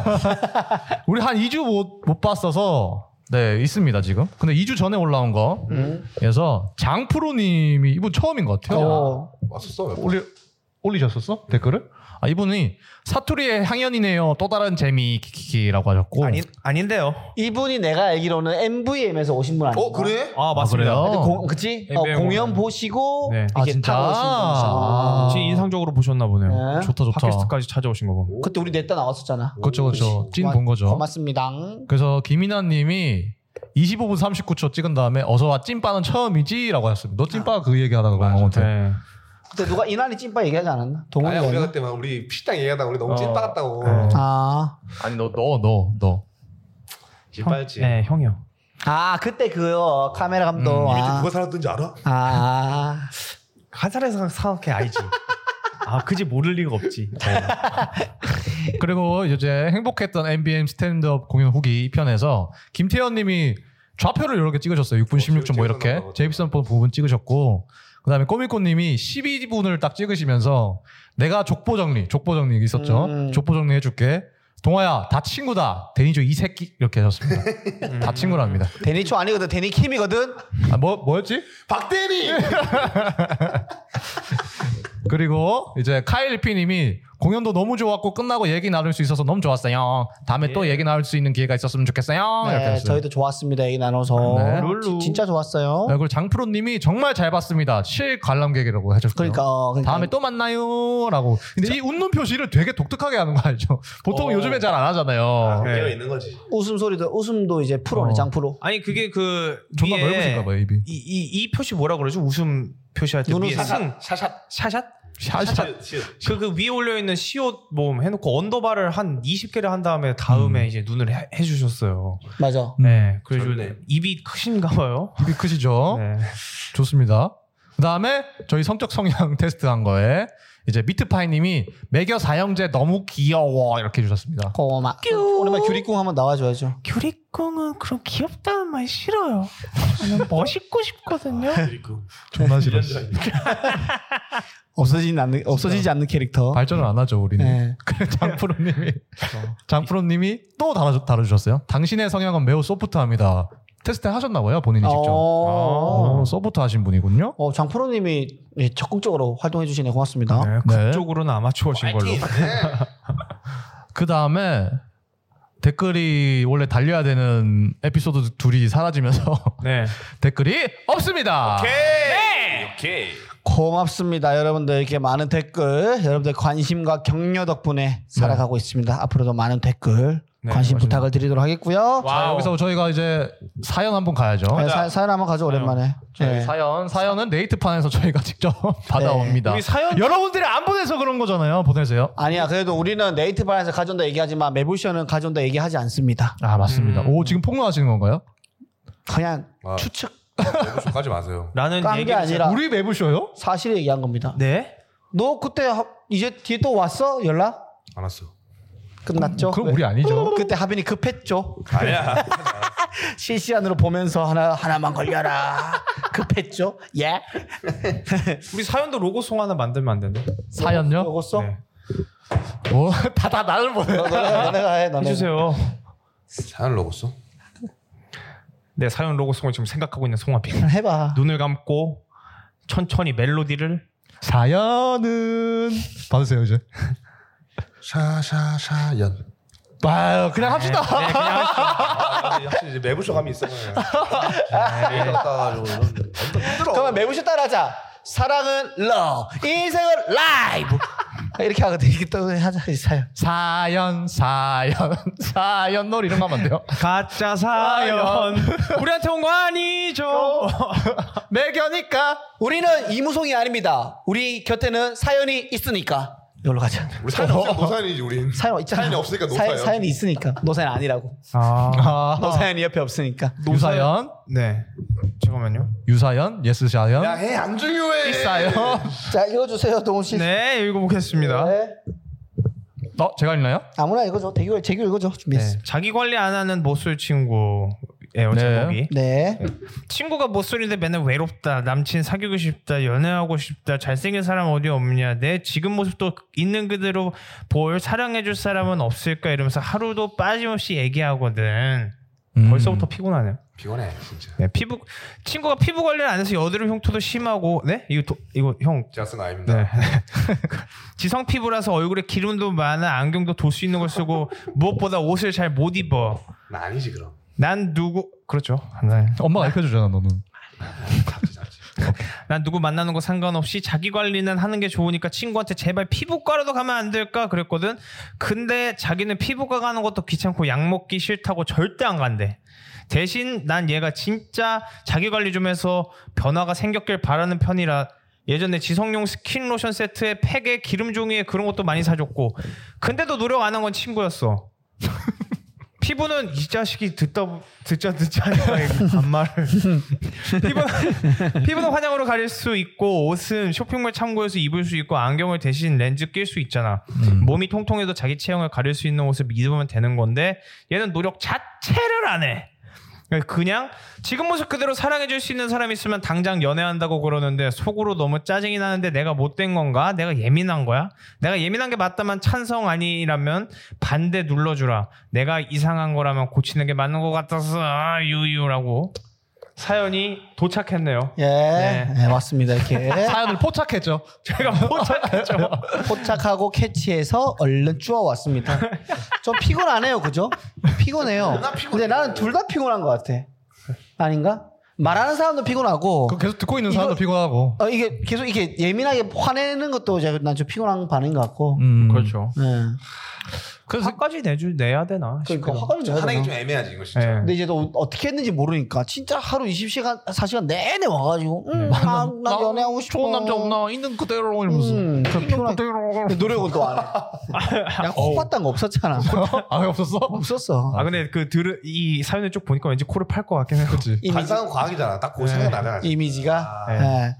Speaker 4: 우리 한 2주 못, 못 봤어서 네 있습니다 지금 근데 2주 전에 올라온 거
Speaker 5: 음.
Speaker 4: 그래서 장프로님이 이분 처음인 것 같아요
Speaker 1: 어,
Speaker 5: 왔었어 몇 번.
Speaker 4: 올리, 올리셨었어 댓글을? 아 이분이 사투리의 향연이네요 또 다른 재미 키키키라고 하셨고
Speaker 2: 아니 아닌데요.
Speaker 1: 이분이 내가 알기로는 MVM에서 오신 분 아니에요?
Speaker 5: 어 그래?
Speaker 2: 아 맞습니다.
Speaker 4: 그래요?
Speaker 1: 공, 그치? 어,
Speaker 2: MVM.
Speaker 1: 공연 보시고
Speaker 2: 네.
Speaker 1: 이렇게
Speaker 4: 아, 진짜?
Speaker 1: 타고 오신 분 있어.
Speaker 4: 아.
Speaker 2: 지금 인상적으로 보셨나 보네요.
Speaker 1: 네.
Speaker 4: 좋다 좋다
Speaker 2: 팟캐스트까지 찾아오신 거 보면.
Speaker 1: 그때 우리 냈다 나왔었잖아.
Speaker 4: 그렇죠 그렇죠 찐
Speaker 1: 고마-
Speaker 4: 본 거죠
Speaker 1: 고맙습니다.
Speaker 4: 그래서 김이나님이 25분 39초 찍은 다음에 어서 와 찐빠는 처음이지라고 하셨습니다 너 찐빠 그 얘기하다가 그런 것 같아
Speaker 2: 네.
Speaker 1: 그때 누가 이난이 찐빠 얘기하지 않았나?
Speaker 5: 아니
Speaker 1: 동훈이가.
Speaker 5: 우리가
Speaker 1: 얘기?
Speaker 5: 그때 막 우리 피식당 얘기하다가 우리 너무
Speaker 4: 어.
Speaker 5: 찐빠 같다고
Speaker 2: 네.
Speaker 1: 아,
Speaker 4: 아니 너 어, 너 너너
Speaker 3: 찐빨지.
Speaker 2: 네 형이요.
Speaker 1: 아 그때 그요 카메라 감독.
Speaker 5: 음. 이미
Speaker 1: 아.
Speaker 5: 누가 살았던지 알아?
Speaker 1: 아,
Speaker 2: 한살에서 사악해 알지. 아 그지 모를 리가 없지.
Speaker 4: 네. 그리고 이제 행복했던 MBM 스탠드업 공연 후기 편에서 김태현님이 좌표를 이렇게 찍으셨어요. 6분 16초 뭐 이렇게
Speaker 5: 재밌었나 보다.
Speaker 4: 제이비선폰 부분 찍으셨고 그다음에 꼬미꼬님이 12분을 딱 찍으시면서 내가 족보 정리, 족보 정리 있었죠.
Speaker 1: 음.
Speaker 4: 족보 정리 해줄게. 동아야 다 친구다. 데니조 이 새끼 이렇게 하셨습니다. 다 친구랍니다.
Speaker 1: 데니초 아니거든. 데니 킴이거든.
Speaker 4: 아, 뭐 뭐였지?
Speaker 5: 박대리!
Speaker 4: 그리고 이제 카일피님이 공연도 너무 좋았고 끝나고 얘기 나눌 수 있어서 너무 좋았어요. 다음에 또 얘기 나눌 수 있는 기회가 있었으면 좋겠어요. 이렇게
Speaker 1: 네,
Speaker 4: 하셨어요.
Speaker 1: 저희도 좋았습니다. 얘기 나눠서
Speaker 4: 네.
Speaker 1: 지- 진짜 좋았어요.
Speaker 4: 네, 그리고 장프로님이 정말 잘 봤습니다. 실 관람객이라고 해주셨고요.
Speaker 1: 그러니까, 어, 그러니까
Speaker 4: 다음에 또 만나요라고. 근데 이 웃는 표시를 되게 독특하게 하는 거 알죠? 보통
Speaker 3: 어.
Speaker 4: 요즘에 잘 안 하잖아요.
Speaker 3: 아,
Speaker 2: 네.
Speaker 3: 깨어 있는 거지.
Speaker 1: 웃음 소리도 웃음도 이제 프로네
Speaker 4: 어.
Speaker 1: 장 프로.
Speaker 2: 아니 그게 그
Speaker 4: 존나
Speaker 2: 위에
Speaker 4: 넓으신가 봐요 입이.
Speaker 2: 이, 이, 이 표시 뭐라 그러죠? 웃음 표시할 때
Speaker 1: 눈웃음.
Speaker 2: 위에 승
Speaker 3: 샤샷.
Speaker 2: 샤샷
Speaker 4: 아, 샤샤.
Speaker 3: 샤샷. 시-
Speaker 2: 그 그 위에 올려 있는 시옷 모음 해놓고 언더바를 한 20개를 한 다음에 다음에 이제 눈을 해, 해주셨어요.
Speaker 1: 맞아.
Speaker 2: 네, 그래서
Speaker 3: 좋네.
Speaker 2: 입이 크신가 봐요.
Speaker 4: 음. 입이 크시죠?
Speaker 2: 네.
Speaker 4: 좋습니다. 그다음에 저희 성적 성향 테스트 한 거에 이제 미트파이님이 매겨 사형제 너무 귀여워 이렇게 해주셨습니다.
Speaker 1: 어, 고마. 오랜만에 규리꿍 한번 나와줘야죠.
Speaker 2: 교리공은 그런 귀엽다는 말 싫어요. 저는 멋있고 싶거든요.
Speaker 3: 그리고
Speaker 4: 존나
Speaker 3: 일
Speaker 4: 싫어.
Speaker 3: 년 전에
Speaker 1: 없어지지 않는 없어지지 않는 캐릭터.
Speaker 4: 발전을 안 하죠 우리는.
Speaker 1: 네.
Speaker 4: 그래 장프로님이 장프로님이 또 달아주, 달아주셨어요. 당신의 성향은 매우 소프트합니다. 테스트 하셨나봐요 본인이 직접.
Speaker 1: 어.
Speaker 4: 오, 소프트하신 분이군요.
Speaker 1: 어, 장 프로님이 예, 적극적으로 활동해 주시네 고맙습니다.
Speaker 2: 네,
Speaker 4: 네.
Speaker 2: 그쪽으로는 아마추어신 걸로.
Speaker 4: 그 다음에 댓글이 원래 달려야 되는 에피소드 둘이 사라지면서
Speaker 2: 네.
Speaker 4: 댓글이
Speaker 5: 아.
Speaker 4: 없습니다.
Speaker 3: 오케이. 오케이.
Speaker 1: 고맙습니다. 여러분들 이렇게 많은 댓글, 여러분들 관심과 격려 덕분에 살아가고 있습니다. 앞으로도 많은 댓글
Speaker 2: 네,
Speaker 1: 관심
Speaker 2: 고맙습니다.
Speaker 1: 부탁을 드리도록 하겠고요.
Speaker 4: 자, 여기서 저희가 이제 사연 한번 가야죠.
Speaker 2: 아,
Speaker 1: 네, 사, 사연 한번 가죠 오랜만에.
Speaker 4: 어, 저희
Speaker 1: 네.
Speaker 4: 사연 사연은 네이트판에서 저희가 직접 받아옵니다.
Speaker 2: 우리 사연
Speaker 4: 여러분들이 안 보내서 그런 거잖아요. 보내세요.
Speaker 1: 아니야 그래도 우리는 네이트 바에서 가져온다 얘기하지만 매불쇼는 가져온다 얘기하지 않습니다.
Speaker 4: 아 맞습니다.
Speaker 2: 음.
Speaker 4: 오 지금 폭로하시는 건가요?
Speaker 1: 그냥
Speaker 5: 아.
Speaker 1: 추측
Speaker 5: 좀 가지 마세요
Speaker 2: 라는
Speaker 1: 깐 게
Speaker 2: 얘기를
Speaker 1: 아니라
Speaker 4: 우리 매부쇼요?
Speaker 1: 사실 얘기한 겁니다.
Speaker 2: 네.
Speaker 1: 너 그때 하- 이제 뒤에 또 왔어 연락?
Speaker 5: 안 왔어
Speaker 1: 끝났죠?
Speaker 4: 그럼
Speaker 1: 왜?
Speaker 4: 우리 아니죠.
Speaker 1: 그때 하빈이 급했죠.
Speaker 5: 아니야
Speaker 1: 실시간으로 보면서 하나 하나만 걸려라. 급했죠? 예.
Speaker 2: 우리 사연도 로고송 하나 만들면 안 되나?
Speaker 4: 사연요?
Speaker 1: 요거 써?
Speaker 2: 네.
Speaker 4: 뭐다다 나를 보내.
Speaker 1: 너, 너네가, 너네가 해. 너네가.
Speaker 2: 해주세요.
Speaker 5: 사연을 넣었어?
Speaker 2: 네, 사연 로고송을 지금 생각하고 있는 송화빈.
Speaker 1: 해봐.
Speaker 2: 눈을 감고 천천히 멜로디를
Speaker 4: 사연은 받으세요 이제.
Speaker 5: 샤샤샤연
Speaker 4: 아유 그냥 합시다.
Speaker 2: 네, 그냥 하시죠.
Speaker 5: 아, 근데 확실히 이제 매부쇼 감이 있어 그냥 매일 갔다가지고 엄청 힘들어
Speaker 1: 그러면 매부쇼 따라하자. 사랑은 love, 인생은 라이브. 이렇게 하거든. 이렇게 또 하자 이 사연.
Speaker 4: 사연 사연 사연 놀 이런 거 하면 안 돼요.
Speaker 2: 가짜 사연 우리한테 온 거
Speaker 1: 어?
Speaker 2: 아니죠?
Speaker 4: 매겨니까
Speaker 1: 우리는 이무송이 아닙니다. 우리 곁에는 사연이 있으니까. 이걸로 가자.
Speaker 5: 우리 사연 없으니까 노사연이지 우린.
Speaker 1: 사연 있잖아.
Speaker 5: 사연이 없으니까
Speaker 1: 사연,
Speaker 5: 노사연.
Speaker 1: 사연이 있으니까 노사연 아니라고.
Speaker 2: 아,
Speaker 4: 아,
Speaker 1: 노사연이 옆에 없으니까.
Speaker 4: 유사연,
Speaker 2: 네. 잠깐만요.
Speaker 4: 유사연, 예스사연,
Speaker 5: 야, 해 안 중요해.
Speaker 4: 이사연.
Speaker 1: 자 읽어주세요 동훈 씨.
Speaker 2: 네, 읽어보겠습니다.
Speaker 1: 네.
Speaker 4: 어, 제가 읽나요?
Speaker 1: 아무나 읽어줘. 대규 재규 읽어줘. 준비했어.
Speaker 2: 네. 자기 관리 안 하는 모쏠 친구예요
Speaker 4: 네.
Speaker 2: 제목이.
Speaker 1: 네.
Speaker 2: 친구가 모쏠인데 맨날 외롭다. 남친 사귀고 싶다. 연애하고 싶다. 잘생긴 사람 어디 없냐. 내 지금 모습도 있는 그대로 볼 사랑해줄 사람은 없을까 이러면서 하루도 빠짐없이 얘기하거든.
Speaker 4: 음.
Speaker 2: 벌써부터 피곤하네요.
Speaker 5: 비곤해 진짜.
Speaker 2: 네, 피부 친구가 피부 관리를 안 해서 여드름 흉터도 심하고 네 이거 도- 이거 형
Speaker 5: 제가 쓴 아입니다.
Speaker 2: 네. 지성 피부라서 얼굴에 기름도 많아 안경도 돌 수 있는 걸 쓰고 무엇보다 옷을 잘 못 입어.
Speaker 5: 나 아니지 그럼.
Speaker 2: 난 누구 그렇죠. 네.
Speaker 4: 엄마가 알려주잖아 너는.
Speaker 5: 잡지 잡지.
Speaker 2: 난 누구 만나는 거 상관없이 자기 관리는 하는 게 좋으니까 친구한테 제발 피부과라도 가면 안 될까 그랬거든. 근데 자기는 피부과 가는 것도 귀찮고 약 먹기 싫다고 절대 안 간대. 대신 난 얘가 진짜 자기 관리 좀 해서 변화가 생겼길 바라는 편이라 예전에 지성용 스킨 로션 세트에 팩에 기름 종이에 그런 것도 많이 사줬고 근데도 노력 안 한 건 친구였어. 피부는 이 자식이 듣다 보- 듣자 듣자 하니까 이 반말을 피부는, 피부는 화장으로 가릴 수 있고 옷은 쇼핑몰 참고해서 입을 수 있고 안경을 대신 렌즈 낄 수 있잖아 몸이 통통해도 자기 체형을 가릴 수 있는 옷을 믿으면 되는 건데 얘는 노력 자체를 안해 그냥 지금 모습 그대로 사랑해줄 수 있는 사람 있으면 당장 연애한다고 그러는데 속으로 너무 짜증이 나는데 내가 못된 건가? 내가 예민한 거야? 내가 예민한 게 맞다만 찬성 아니라면 반대 눌러주라. 내가 이상한 거라면 고치는 게 맞는 것 같아서 아, 유유라고 사연이 도착했네요.
Speaker 1: 예.
Speaker 2: 네.
Speaker 1: 네, 맞습니다. 이렇게
Speaker 4: 사연을 포착했죠. 어,
Speaker 2: 제가 도착했죠.
Speaker 1: 포착하고 캐치해서 얼른 주워왔습니다. 좀 피곤하네요, 그죠? 피곤해요. 근데 나는 둘 다 피곤한 것 같아. 아닌가? 말하는 사람도 피곤하고
Speaker 4: 그 계속 듣고 있는 사람도
Speaker 1: 이거-
Speaker 4: 피곤하고.
Speaker 1: 어, 이게 계속 이게 예민하게 화내는 것도 난좀 피곤한 반응 같고.
Speaker 4: 음.
Speaker 2: 그렇죠.
Speaker 1: 네.
Speaker 4: 그래서
Speaker 2: 화까지 내주 내야 되나?
Speaker 1: 그, 그
Speaker 2: 싶어.
Speaker 1: 화가 좀
Speaker 5: 하는
Speaker 1: 나야
Speaker 5: 게 아, 좀 네.
Speaker 1: 되나?
Speaker 5: 애매하지 이거 진짜.
Speaker 2: 예.
Speaker 1: 근데 이제 너 어떻게 했는지 모르니까 진짜 하루 20시간, 4시간 내내 와가지고 음, 아, 나,
Speaker 4: 나
Speaker 1: 연애하고 싶어.
Speaker 4: 좋은 남자 없나 있는 그대로 이러면서.
Speaker 1: 음,
Speaker 4: 그냥
Speaker 1: 피곤하게-
Speaker 4: 그대로.
Speaker 1: 근데 노력은 또 안 해. 약간 호빠딴 거 없었잖아.
Speaker 4: 아 없었어?
Speaker 1: 없었어.
Speaker 2: 아 근데 그 들은 이 사연을 쭉 보니까 왠지 코를 팔 것 같긴 해요.
Speaker 4: 그렇지.
Speaker 1: 이미지,
Speaker 5: 관상은 네. 과학이잖아. 딱그 생각 나잖아.
Speaker 1: 이미지가.
Speaker 2: 예.
Speaker 1: 예.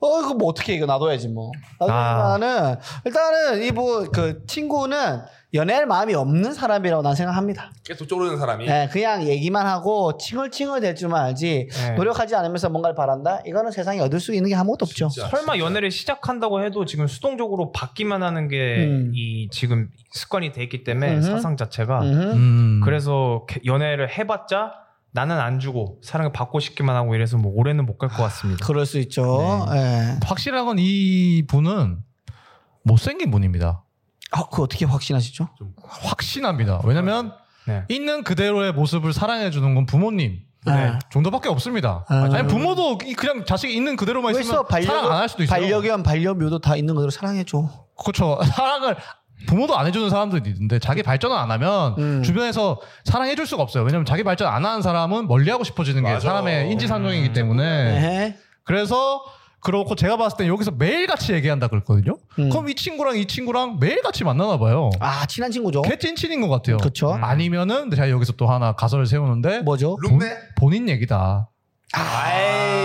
Speaker 1: 어 이거 뭐 어떻게 해, 이거 놔둬야지 뭐.
Speaker 2: 아.
Speaker 1: 놔두면은 일단은 이 뭐 그 친구는 연애할 마음이 없는 사람이라고 난 생각합니다.
Speaker 5: 계속 쪼르는 사람이.
Speaker 1: 예, 그냥 얘기만 하고 칭얼칭얼 될 줄만 알지
Speaker 2: 예.
Speaker 1: 노력하지 않으면서 뭔가를 바란다. 이거는 세상에 얻을 수 있는 게 아무것도 없죠.
Speaker 5: 진짜.
Speaker 2: 설마 연애를 시작한다고 해도 지금 수동적으로 받기만 하는 게
Speaker 1: 음.
Speaker 2: 이 지금 습관이 돼 있기 때문에
Speaker 1: 음흠.
Speaker 2: 사상 자체가
Speaker 1: 음흠.
Speaker 4: 음.
Speaker 2: 그래서 개- 연애를 해봤자 나는 안 주고 사랑을 받고 싶기만 하고 이래서 뭐 올해는 못 갈 것 같습니다.
Speaker 1: 그럴 수 있죠. 예.
Speaker 4: 확실한 건 이 분은 못생긴 분입니다.
Speaker 1: 아, 그거 어떻게 확신하시죠?
Speaker 4: 확신합니다. 왜냐면
Speaker 2: 네.
Speaker 4: 있는 그대로의 모습을 사랑해 주는 건 부모님
Speaker 1: 네.
Speaker 4: 정도밖에 없습니다.
Speaker 1: 아.
Speaker 4: 아니 부모도 이- 그냥 자식이 있는 그대로만
Speaker 1: 그래서
Speaker 4: 있으면 사랑 안 할
Speaker 1: 반려견,
Speaker 4: 수도 있어요.
Speaker 1: 반려견, 반려묘도 다 있는 그대로 사랑해줘.
Speaker 4: 그렇죠. 사랑을 부모도 안 해주는 사람들이 있는데 자기 발전을 안 하면
Speaker 1: 음.
Speaker 4: 주변에서 사랑해 줄 수가 없어요. 왜냐면 자기 발전 안 하는 사람은 멀리하고 싶어지는 게
Speaker 5: 맞아. 음.
Speaker 4: 사람의 인지상정이기 때문에
Speaker 1: 네.
Speaker 4: 그래서 그렇고 제가 봤을 때 여기서 매일같이 얘기한다 그랬거든요.
Speaker 1: 음.
Speaker 4: 그럼 이 친구랑 이 친구랑 매일같이 만나나 봐요.
Speaker 1: 아, 친한 친구죠.
Speaker 4: 개찐친인 것 같아요.
Speaker 1: 그쵸.
Speaker 2: 음.
Speaker 4: 아니면은 근데 제가 여기서 또 하나 가설을 세우는데
Speaker 1: 뭐죠? 아,
Speaker 5: 룸메?
Speaker 4: 본인 얘기다.
Speaker 5: 아. 아이.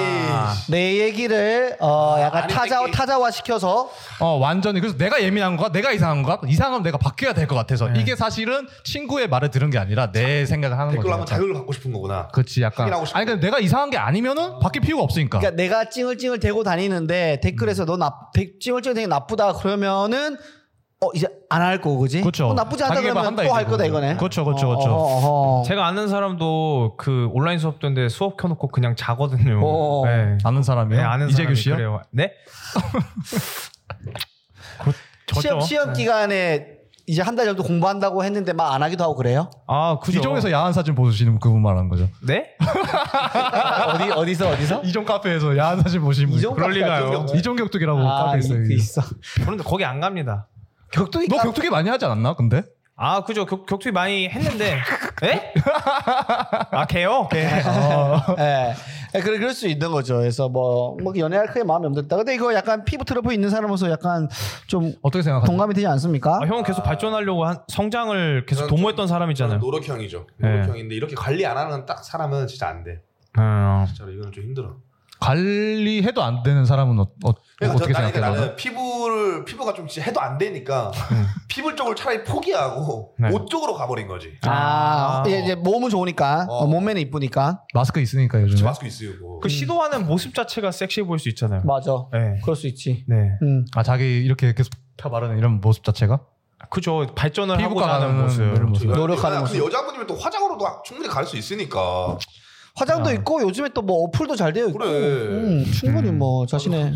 Speaker 1: 내 얘기를 어 약간
Speaker 5: 아니,
Speaker 1: 타자
Speaker 5: 이게-
Speaker 1: 타자화 시켜서
Speaker 4: 어 완전히 그래서 내가 예민한 거야 내가 이상한 거야 이상하면 내가 바뀌어야 될 것 같아서 이게 사실은 친구의 말을 들은 게 아니라 내 생각을 하는
Speaker 5: 댓글로 한번
Speaker 4: 거죠.
Speaker 5: 자극을 받고 싶은 거구나.
Speaker 4: 그렇지 약간
Speaker 5: 확인하고 싶은
Speaker 4: 아니 근데 내가 이상한 게 아니면은 바뀔 필요가 없으니까.
Speaker 1: 그러니까 내가 찡을찡을 대고 다니는데 댓글에서 너 나, 대- 찡을찡을 되게 나쁘다 그러면은 어 이제 안 할 거고 그지?
Speaker 4: 그렇죠.
Speaker 1: 어, 나쁘지 않다
Speaker 4: 자기 개발
Speaker 1: 그러면
Speaker 4: 한다
Speaker 1: 또 할
Speaker 4: 이거죠.
Speaker 1: 거다 이거네.
Speaker 4: 그렇죠, 그렇죠, 그렇죠.
Speaker 1: 어허, 어허.
Speaker 2: 제가 아는 사람도 그 온라인 수업 듣는데 수업 켜놓고 그냥 자거든요.
Speaker 1: 어.
Speaker 2: 네.
Speaker 4: 아는 사람이요?
Speaker 2: 네, 아는 사람이
Speaker 4: 이재규 씨요?
Speaker 2: 그래요. 네? 그,
Speaker 1: 시험
Speaker 2: 저죠.
Speaker 1: 시험 기간에 이제 한 달 정도 공부한다고 했는데 막 안 하기도 하고 그래요?
Speaker 2: 아 그죠.
Speaker 4: 이종에서 야한 사진 보시는 그분 말하는 거죠.
Speaker 2: 네?
Speaker 1: 어디 어디서 어디서?
Speaker 4: 이종 카페에서 야한 사진 보시는 분.
Speaker 1: 이종
Speaker 2: 그럴
Speaker 1: 카페가
Speaker 2: 리가요.
Speaker 1: 격투기
Speaker 4: 이종 격투기라고
Speaker 1: 아,
Speaker 4: 카페 있어요. 뭐
Speaker 1: 이- 있어.
Speaker 2: 저는 거기 안 갑니다.
Speaker 1: 격투기
Speaker 4: 너
Speaker 1: 카-
Speaker 4: 격투기 많이 하지 않았나? 근데
Speaker 2: 아 그죠. 격, 격투기 많이 했는데. 네? 아 개요? 개.
Speaker 1: 예. 예, 그래 그럴 수 있는 거죠. 그래서 뭐, 뭐 연애할 크게 마음이 없었다. 근데 이거 약간 피부 트러블 있는 사람으로서 약간 좀
Speaker 4: 어떻게 생각하세요?
Speaker 1: 동감이 되지 않습니까?
Speaker 2: 아, 형은 계속 발전하려고 한 성장을 계속
Speaker 5: 저는
Speaker 2: 도모했던 사람이잖아요.
Speaker 5: 노력형이죠.
Speaker 2: 네.
Speaker 5: 노력형인데 이렇게 관리 안 하는 딱 사람은 진짜 안 돼.
Speaker 2: 어.
Speaker 4: 음.
Speaker 5: 진짜로 이거는 좀 힘들어.
Speaker 4: 관리해도 안 되는 사람은 어, 어,
Speaker 5: 그러니까
Speaker 4: 어떻게
Speaker 5: 전 나는,
Speaker 4: 생각해?
Speaker 5: 나는
Speaker 4: 너는? 네.
Speaker 5: 피부를 피부가 좀 진짜 해도 안 되니까 피부 쪽을 차라리 포기하고
Speaker 2: 네.
Speaker 5: 옷 쪽으로 가버린 거지.
Speaker 4: 음.
Speaker 1: 아,
Speaker 2: 아.
Speaker 1: 예, 이제 몸은 좋으니까
Speaker 5: 어.
Speaker 1: 어, 몸매는 이쁘니까
Speaker 4: 마스크 있으니까 요즘.
Speaker 5: 지금
Speaker 4: 에
Speaker 5: 마스크 있으고.
Speaker 2: 그 시도하는 모습 자체가 섹시해 보일 수 있잖아요.
Speaker 1: 맞아.
Speaker 2: 네.
Speaker 1: 그럴 수 있지.
Speaker 2: 네.
Speaker 1: 음.
Speaker 4: 아 자기 이렇게 계속 다 말하는 이런 모습 자체가
Speaker 2: 그죠. 발전을
Speaker 4: 피부과
Speaker 2: 하고자 하는
Speaker 4: 가는
Speaker 2: 모습.
Speaker 4: 이런 모습.
Speaker 1: 노력하는
Speaker 5: 그러니까 근데
Speaker 1: 모습.
Speaker 5: 여자분이면 또 화장으로도 충분히 갈 수 있으니까.
Speaker 4: 아.
Speaker 1: 화장도 있고 요즘에 또 뭐 어플도 잘 되어 있고
Speaker 5: 그래.
Speaker 1: 음, 충분히
Speaker 2: 음.
Speaker 1: 뭐 자신의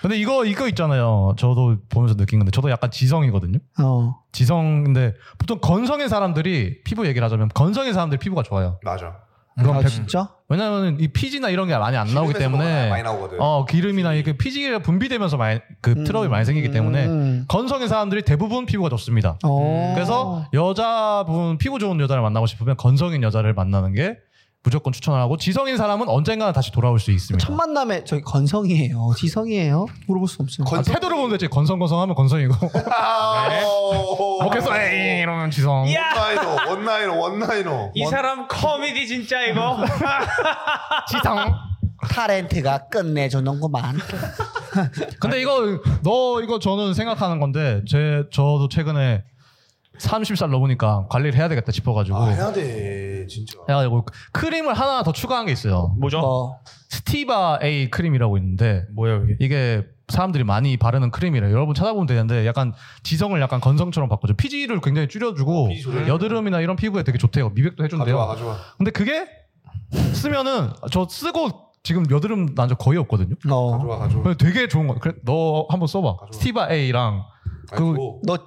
Speaker 4: 근데 이거 이거 있잖아요. 저도 보면서 느낀 건데 저도 약간 지성이거든요.
Speaker 1: 어.
Speaker 4: 지성인데 보통 건성인 사람들이 피부 얘기를 하자면 건성인 사람들 피부가 좋아요.
Speaker 5: 맞아.
Speaker 4: 그럼
Speaker 1: 아
Speaker 4: 백-
Speaker 1: 진짜?
Speaker 4: 왜냐하면 이 피지나 이런 게 많이 안 나오기
Speaker 5: 피부에서 뭐가 많이
Speaker 4: 때문에
Speaker 5: 나오거든.
Speaker 4: 어 기름이나 이게 피지가 분비되면서 많이 그 트러블이 많이 생기기 때문에
Speaker 1: 음.
Speaker 4: 건성인 사람들이 대부분 피부가 좋습니다.
Speaker 1: 어.
Speaker 4: 그래서 여자분 피부 좋은 여자를 만나고 싶으면 건성인 여자를 만나는 게 무조건 추천하고 지성인 사람은 언젠가 다시 돌아올 수 있습니다.
Speaker 1: 첫 만남에 저기 건성이에요, 지성이에요? 물어볼 수 없어요.
Speaker 4: 아, 태도를 보면 되지 건성건성하면 건성이고
Speaker 2: 뭐
Speaker 4: 먹겠어 뭐
Speaker 2: 아, 예.
Speaker 4: 에이 이러면
Speaker 5: 아,
Speaker 4: 지성.
Speaker 5: 어. 원나이노, 원나이노, 원나이노.
Speaker 2: 이 사람 코미디 진짜 이거.
Speaker 4: 지성.
Speaker 1: 타렌트가 끝내주는구만.
Speaker 4: 근데 이거 너 이거 저는 생각하는 건데 제 저도 최근에 30살 넘으니까 관리를 해야 되겠다 싶어가지고
Speaker 5: 아, 해야 돼. 진짜.
Speaker 4: 해가지고 크림을 하나 더 추가한 게 있어요.
Speaker 2: 뭐죠?
Speaker 1: 어.
Speaker 4: 스티바 A 크림이라고 있는데
Speaker 2: 뭐야 이게?
Speaker 4: 이게 사람들이 많이 바르는 크림이래요. 여러분 찾아보면 되는데 약간 지성을 약간 건성처럼 바꿔줘. 피지를 굉장히 줄여주고
Speaker 5: 피지 줄여주고.
Speaker 4: 여드름이나 이런 피부에 되게 좋대요. 미백도
Speaker 5: 가져와,
Speaker 4: 해준대요.
Speaker 5: 가져와.
Speaker 4: 근데 그게 쓰면은 저 쓰고 지금 여드름 난 적 거의 없거든요.
Speaker 1: 어.
Speaker 5: 가져와, 가져와.
Speaker 4: 근데 되게 좋은 거. 그래 너 한번 써봐.
Speaker 5: 가져와.
Speaker 4: 스티바 A랑
Speaker 5: 아니,
Speaker 4: 그
Speaker 5: 뭐,
Speaker 1: 너,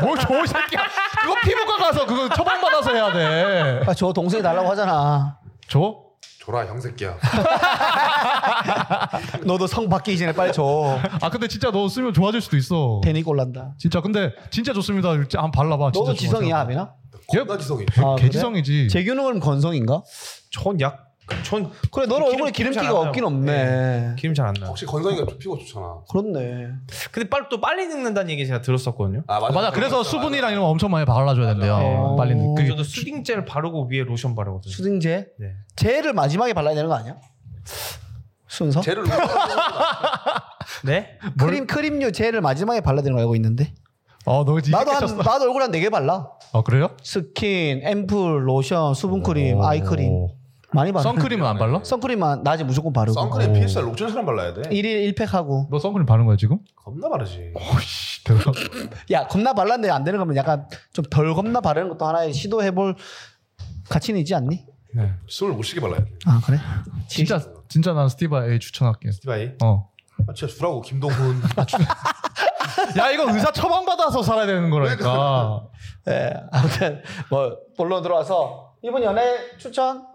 Speaker 4: 뭘 좋은 새끼야. 그거 피부과 가서 그거 처방 받아서 해야 돼.
Speaker 1: 아, 저 동생이 달라고 하잖아.
Speaker 4: 줘?
Speaker 5: 줘라, 형 새끼야.
Speaker 1: 너도 성 받기 전에 빨리 줘.
Speaker 4: 아 근데 진짜 너 쓰면 좋아질 수도 있어.
Speaker 1: 대니 꼴난다.
Speaker 4: 진짜 근데 진짜 좋습니다. 진짜 한번 발라봐. 진짜
Speaker 1: 너도
Speaker 4: 좋아.
Speaker 1: 지성이야, 아비나?
Speaker 4: 예.
Speaker 5: 겁나 지성이.
Speaker 1: 아, 그래?
Speaker 4: 개지성이지.
Speaker 1: 재규는 그럼 건성인가?
Speaker 2: 전 약, 전
Speaker 1: 그래, 너는
Speaker 2: 기름-
Speaker 1: 얼굴에
Speaker 2: 기름 잘
Speaker 1: 기름기가
Speaker 2: 안 나요.
Speaker 1: 없긴 없네.
Speaker 2: 예, 기름 잘 안 나. 요
Speaker 5: 혹시 건성이가 좀 피부가 좋잖아.
Speaker 1: 그렇네.
Speaker 2: 근데 빨리 또 빨리 늙는다는 얘기 제가 들었었거든요.
Speaker 5: 아,
Speaker 4: 아, 맞아. 그래서 수분이랑 이런 거 엄청 많이 발라줘야 된대요.
Speaker 1: 맞아.
Speaker 4: 빨리
Speaker 1: 어.
Speaker 4: 그
Speaker 2: 저도 수딩 젤 바르고 위에 로션 바르거든요.
Speaker 1: 수딩제?
Speaker 2: 네.
Speaker 1: 제를 마지막에 발라야 되는 거 아니야? 순서?
Speaker 5: 쟤를 위해서
Speaker 2: 네?
Speaker 1: 크림 크림류 제를 마지막에 발라야 되는 거 알고 있는데.
Speaker 4: 어, 너 진짜
Speaker 1: 나도 한
Speaker 4: 깼었어.
Speaker 1: 나도 얼굴 한 네 개 발라.
Speaker 4: 어, 그래요?
Speaker 1: 스킨, 앰플, 로션, 수분크림,
Speaker 4: 오.
Speaker 1: 아이크림 많이 발라.
Speaker 4: 선크림은 안 발라?
Speaker 1: 선크림만 낮에 무조건 바르고.
Speaker 5: 선크림 PSR 녹전 사람 발라야 돼.
Speaker 1: 일일일팩 하고.
Speaker 4: 너 선크림 바른 거야, 지금?
Speaker 5: 겁나 바르지.
Speaker 4: 오씨, 대박.
Speaker 1: 야 겁나 발랐는데 안 되는 거면 약간 좀 덜 겁나 바르는 것도 하나의 시도해볼 가치는 있지 않니?
Speaker 5: 숨을 못 쉬게 발라야 돼.
Speaker 1: 아 그래?
Speaker 4: 진짜 진짜 난 스티바 A 추천할게.
Speaker 5: 스티바이.
Speaker 4: 어.
Speaker 5: 아, 진짜 주라고 김동훈.
Speaker 4: 야, 이거 의사 처방 받아서 살아야 되는 거라니까.
Speaker 1: 예 아무튼 뭐 본론 들어와서 이번 연애 추천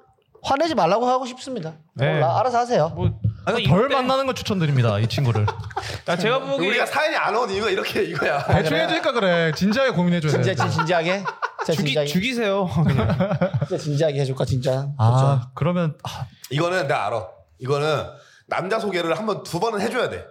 Speaker 1: 화내지 말라고 하고 싶습니다.
Speaker 2: 네.
Speaker 1: 몰라 알아서 하세요.
Speaker 2: 뭐 아, 근데
Speaker 4: 덜
Speaker 2: 이때-
Speaker 4: 만나는 거 추천드립니다. 이 친구를.
Speaker 2: 아, 제가 보기에
Speaker 5: 우리가 사연이 안 온 이유가 이렇게 이거야.
Speaker 4: 대충 해주니까 그래. 진지하게 고민해 줘야
Speaker 1: 진짜
Speaker 4: 돼.
Speaker 1: 진- 진지하게. 진짜
Speaker 2: 죽이,
Speaker 1: 진지하게.
Speaker 2: 죽이세요.
Speaker 1: 진짜 진지하게 해줄까 진짜.
Speaker 4: 아, 그러면 아,
Speaker 5: 이거는 내가 알아. 이거는 남자 소개를 한번 두 번은 해줘야 돼.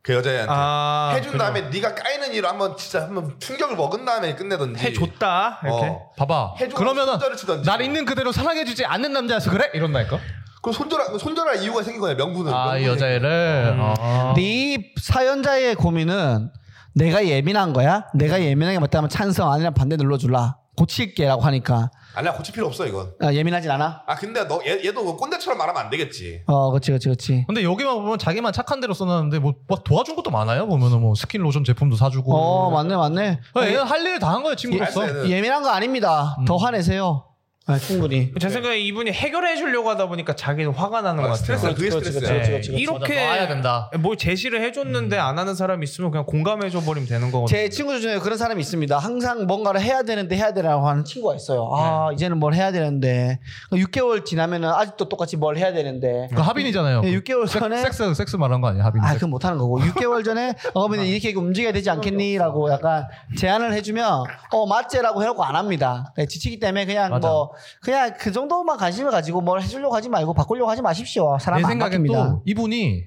Speaker 5: 그 여자애한테.
Speaker 2: 아,
Speaker 5: 해준
Speaker 2: 그래요.
Speaker 5: 다음에 네가 까이는 일을 한번 진짜 한번 충격을 먹은 다음에 끝내든지.
Speaker 2: 해줬다 이렇게.
Speaker 5: 어.
Speaker 4: 봐봐.
Speaker 5: 해주고
Speaker 4: 그러면은
Speaker 5: 손절을 치던지.
Speaker 4: 날 있는 그대로 사랑해 주지 않는 남자여서 그래? 이런다니까.
Speaker 5: 그럼 손절할 손절할 이유가 생긴 거야 명분은.
Speaker 4: 아, 이
Speaker 5: 명분이.
Speaker 4: 여자애를. 아.
Speaker 1: 네 사연자의 고민은 내가 예민한 거야? 내가 예민한 게 맞다면 찬성 아니면 반대 눌러줄라. 고칠게라고 하니까
Speaker 5: 아니야 고칠 필요 없어 이건.
Speaker 1: 아, 예민하진 않아?
Speaker 5: 아 근데 너 얘, 얘도 뭐 꼰대처럼 말하면 안 되겠지.
Speaker 1: 어, 그렇지, 그렇지, 그렇지.
Speaker 4: 근데 여기만 보면 자기만 착한 대로 써놨는데 뭐, 막 도와준 것도 많아요. 보면은 뭐 스킨 로션 제품도 사주고.
Speaker 1: 어, 맞네, 맞네.
Speaker 4: 어, 얘는 할 일 다 한 거예요 친구로서.
Speaker 5: 알았어요.
Speaker 1: 예민한 거 아닙니다. 더 화내세요. 아, 충분히.
Speaker 2: 제 생각에 이분이 해결해 주려고 하다 보니까 자기는 화가 나는 것
Speaker 5: 아,
Speaker 2: 같아요.
Speaker 5: 스트레스 그게
Speaker 1: 그렇지,
Speaker 5: 스트레스야.
Speaker 1: 그렇죠, 그렇지,
Speaker 2: 네.
Speaker 1: 그렇지, 그렇지.
Speaker 2: 이렇게
Speaker 4: 맞아, 놔야 된다.
Speaker 2: 뭘 제시를 해줬는데
Speaker 1: 음.
Speaker 2: 안 하는 사람 이 있으면 그냥 공감해 줘 버리면 되는
Speaker 4: 뭐
Speaker 2: 거거든요.
Speaker 1: 제 친구 중에 그런 사람이 있습니다. 항상 뭔가를 해야 되는데 해야 되라고 하는 친구가 있어요.
Speaker 4: 네.
Speaker 1: 아, 이제는 뭘 해야 되는데. 그러니까 6개월 지나면은 아직도 똑같이 뭘 해야 되는데.
Speaker 4: 그 합인이잖아요.
Speaker 1: 예, 6개월 전에
Speaker 4: 섹스 섹스 말한 거 아니야 합인.
Speaker 1: 아, 그건 못하는 거고. 6개월 전에, 어, 그러면 이렇게 움직여야 되지 않겠니라고 약간 제안을 해주면, 어, 맞제라고 해놓고 안 합니다. 네, 지치기 때문에 그냥
Speaker 4: 맞아.
Speaker 1: 뭐, 그냥 그 정도만 관심을 가지고 뭘 해주려고 하지 말고 바꾸려고 하지 마십시오. 사람
Speaker 4: 내
Speaker 1: 안
Speaker 4: 생각엔
Speaker 1: 바뀝니다.
Speaker 4: 또 이분이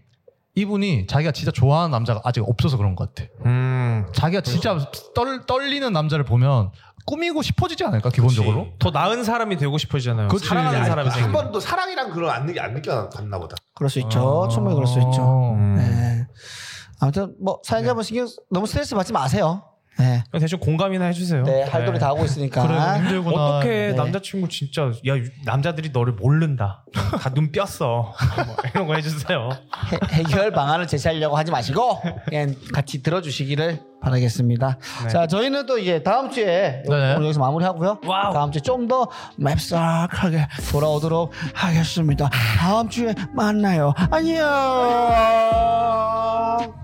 Speaker 4: 이분이 자기가 진짜 좋아하는 남자가 아직 없어서 그런 것 같아.
Speaker 2: 음.
Speaker 4: 자기가 진짜
Speaker 1: 그렇죠.
Speaker 4: 떨, 떨리는 남자를 보면 꾸미고 싶어지지 않을까 기본적으로?
Speaker 2: 더 나은 사람이 되고 싶어지잖아요.
Speaker 1: 그렇죠.
Speaker 4: 그치.
Speaker 2: 사랑하는
Speaker 1: 네.
Speaker 4: 아니,
Speaker 2: 사람이
Speaker 5: 한
Speaker 2: 생기.
Speaker 5: 번도 사랑이란 그런 안, 느- 안 느껴봤나 보다.
Speaker 1: 그럴 수
Speaker 4: 아.
Speaker 1: 있죠. 충분히 그럴 수 있죠.
Speaker 4: 어.
Speaker 2: 음.
Speaker 1: 네. 아무튼 뭐
Speaker 4: 네.
Speaker 1: 사연자분 신경 쓰- 너무 스트레스 받지 마세요. 네.
Speaker 2: 그냥 대충 공감이나 해주세요.
Speaker 1: 네, 할 도리 다 하고 있으니까.
Speaker 4: 그래 힘들구나.
Speaker 2: 어떻게
Speaker 1: 네.
Speaker 2: 남자친구 진짜 야 유- 남자들이 너를 모른다. 다 눈 뼈어. 뭐 이런 거 해주세요.
Speaker 1: 해, 해결 방안을 제시하려고 하지 마시고 그냥 같이 들어주시기를 바라겠습니다.
Speaker 2: 네.
Speaker 1: 자, 저희는 또 이제 다음 주에
Speaker 4: 네네.
Speaker 1: 오늘 여기서 마무리하고요.
Speaker 2: 와우.
Speaker 1: 다음 주에 좀 더 맵싹하게 돌아오도록 하겠습니다. 다음 주에 만나요. 안녕.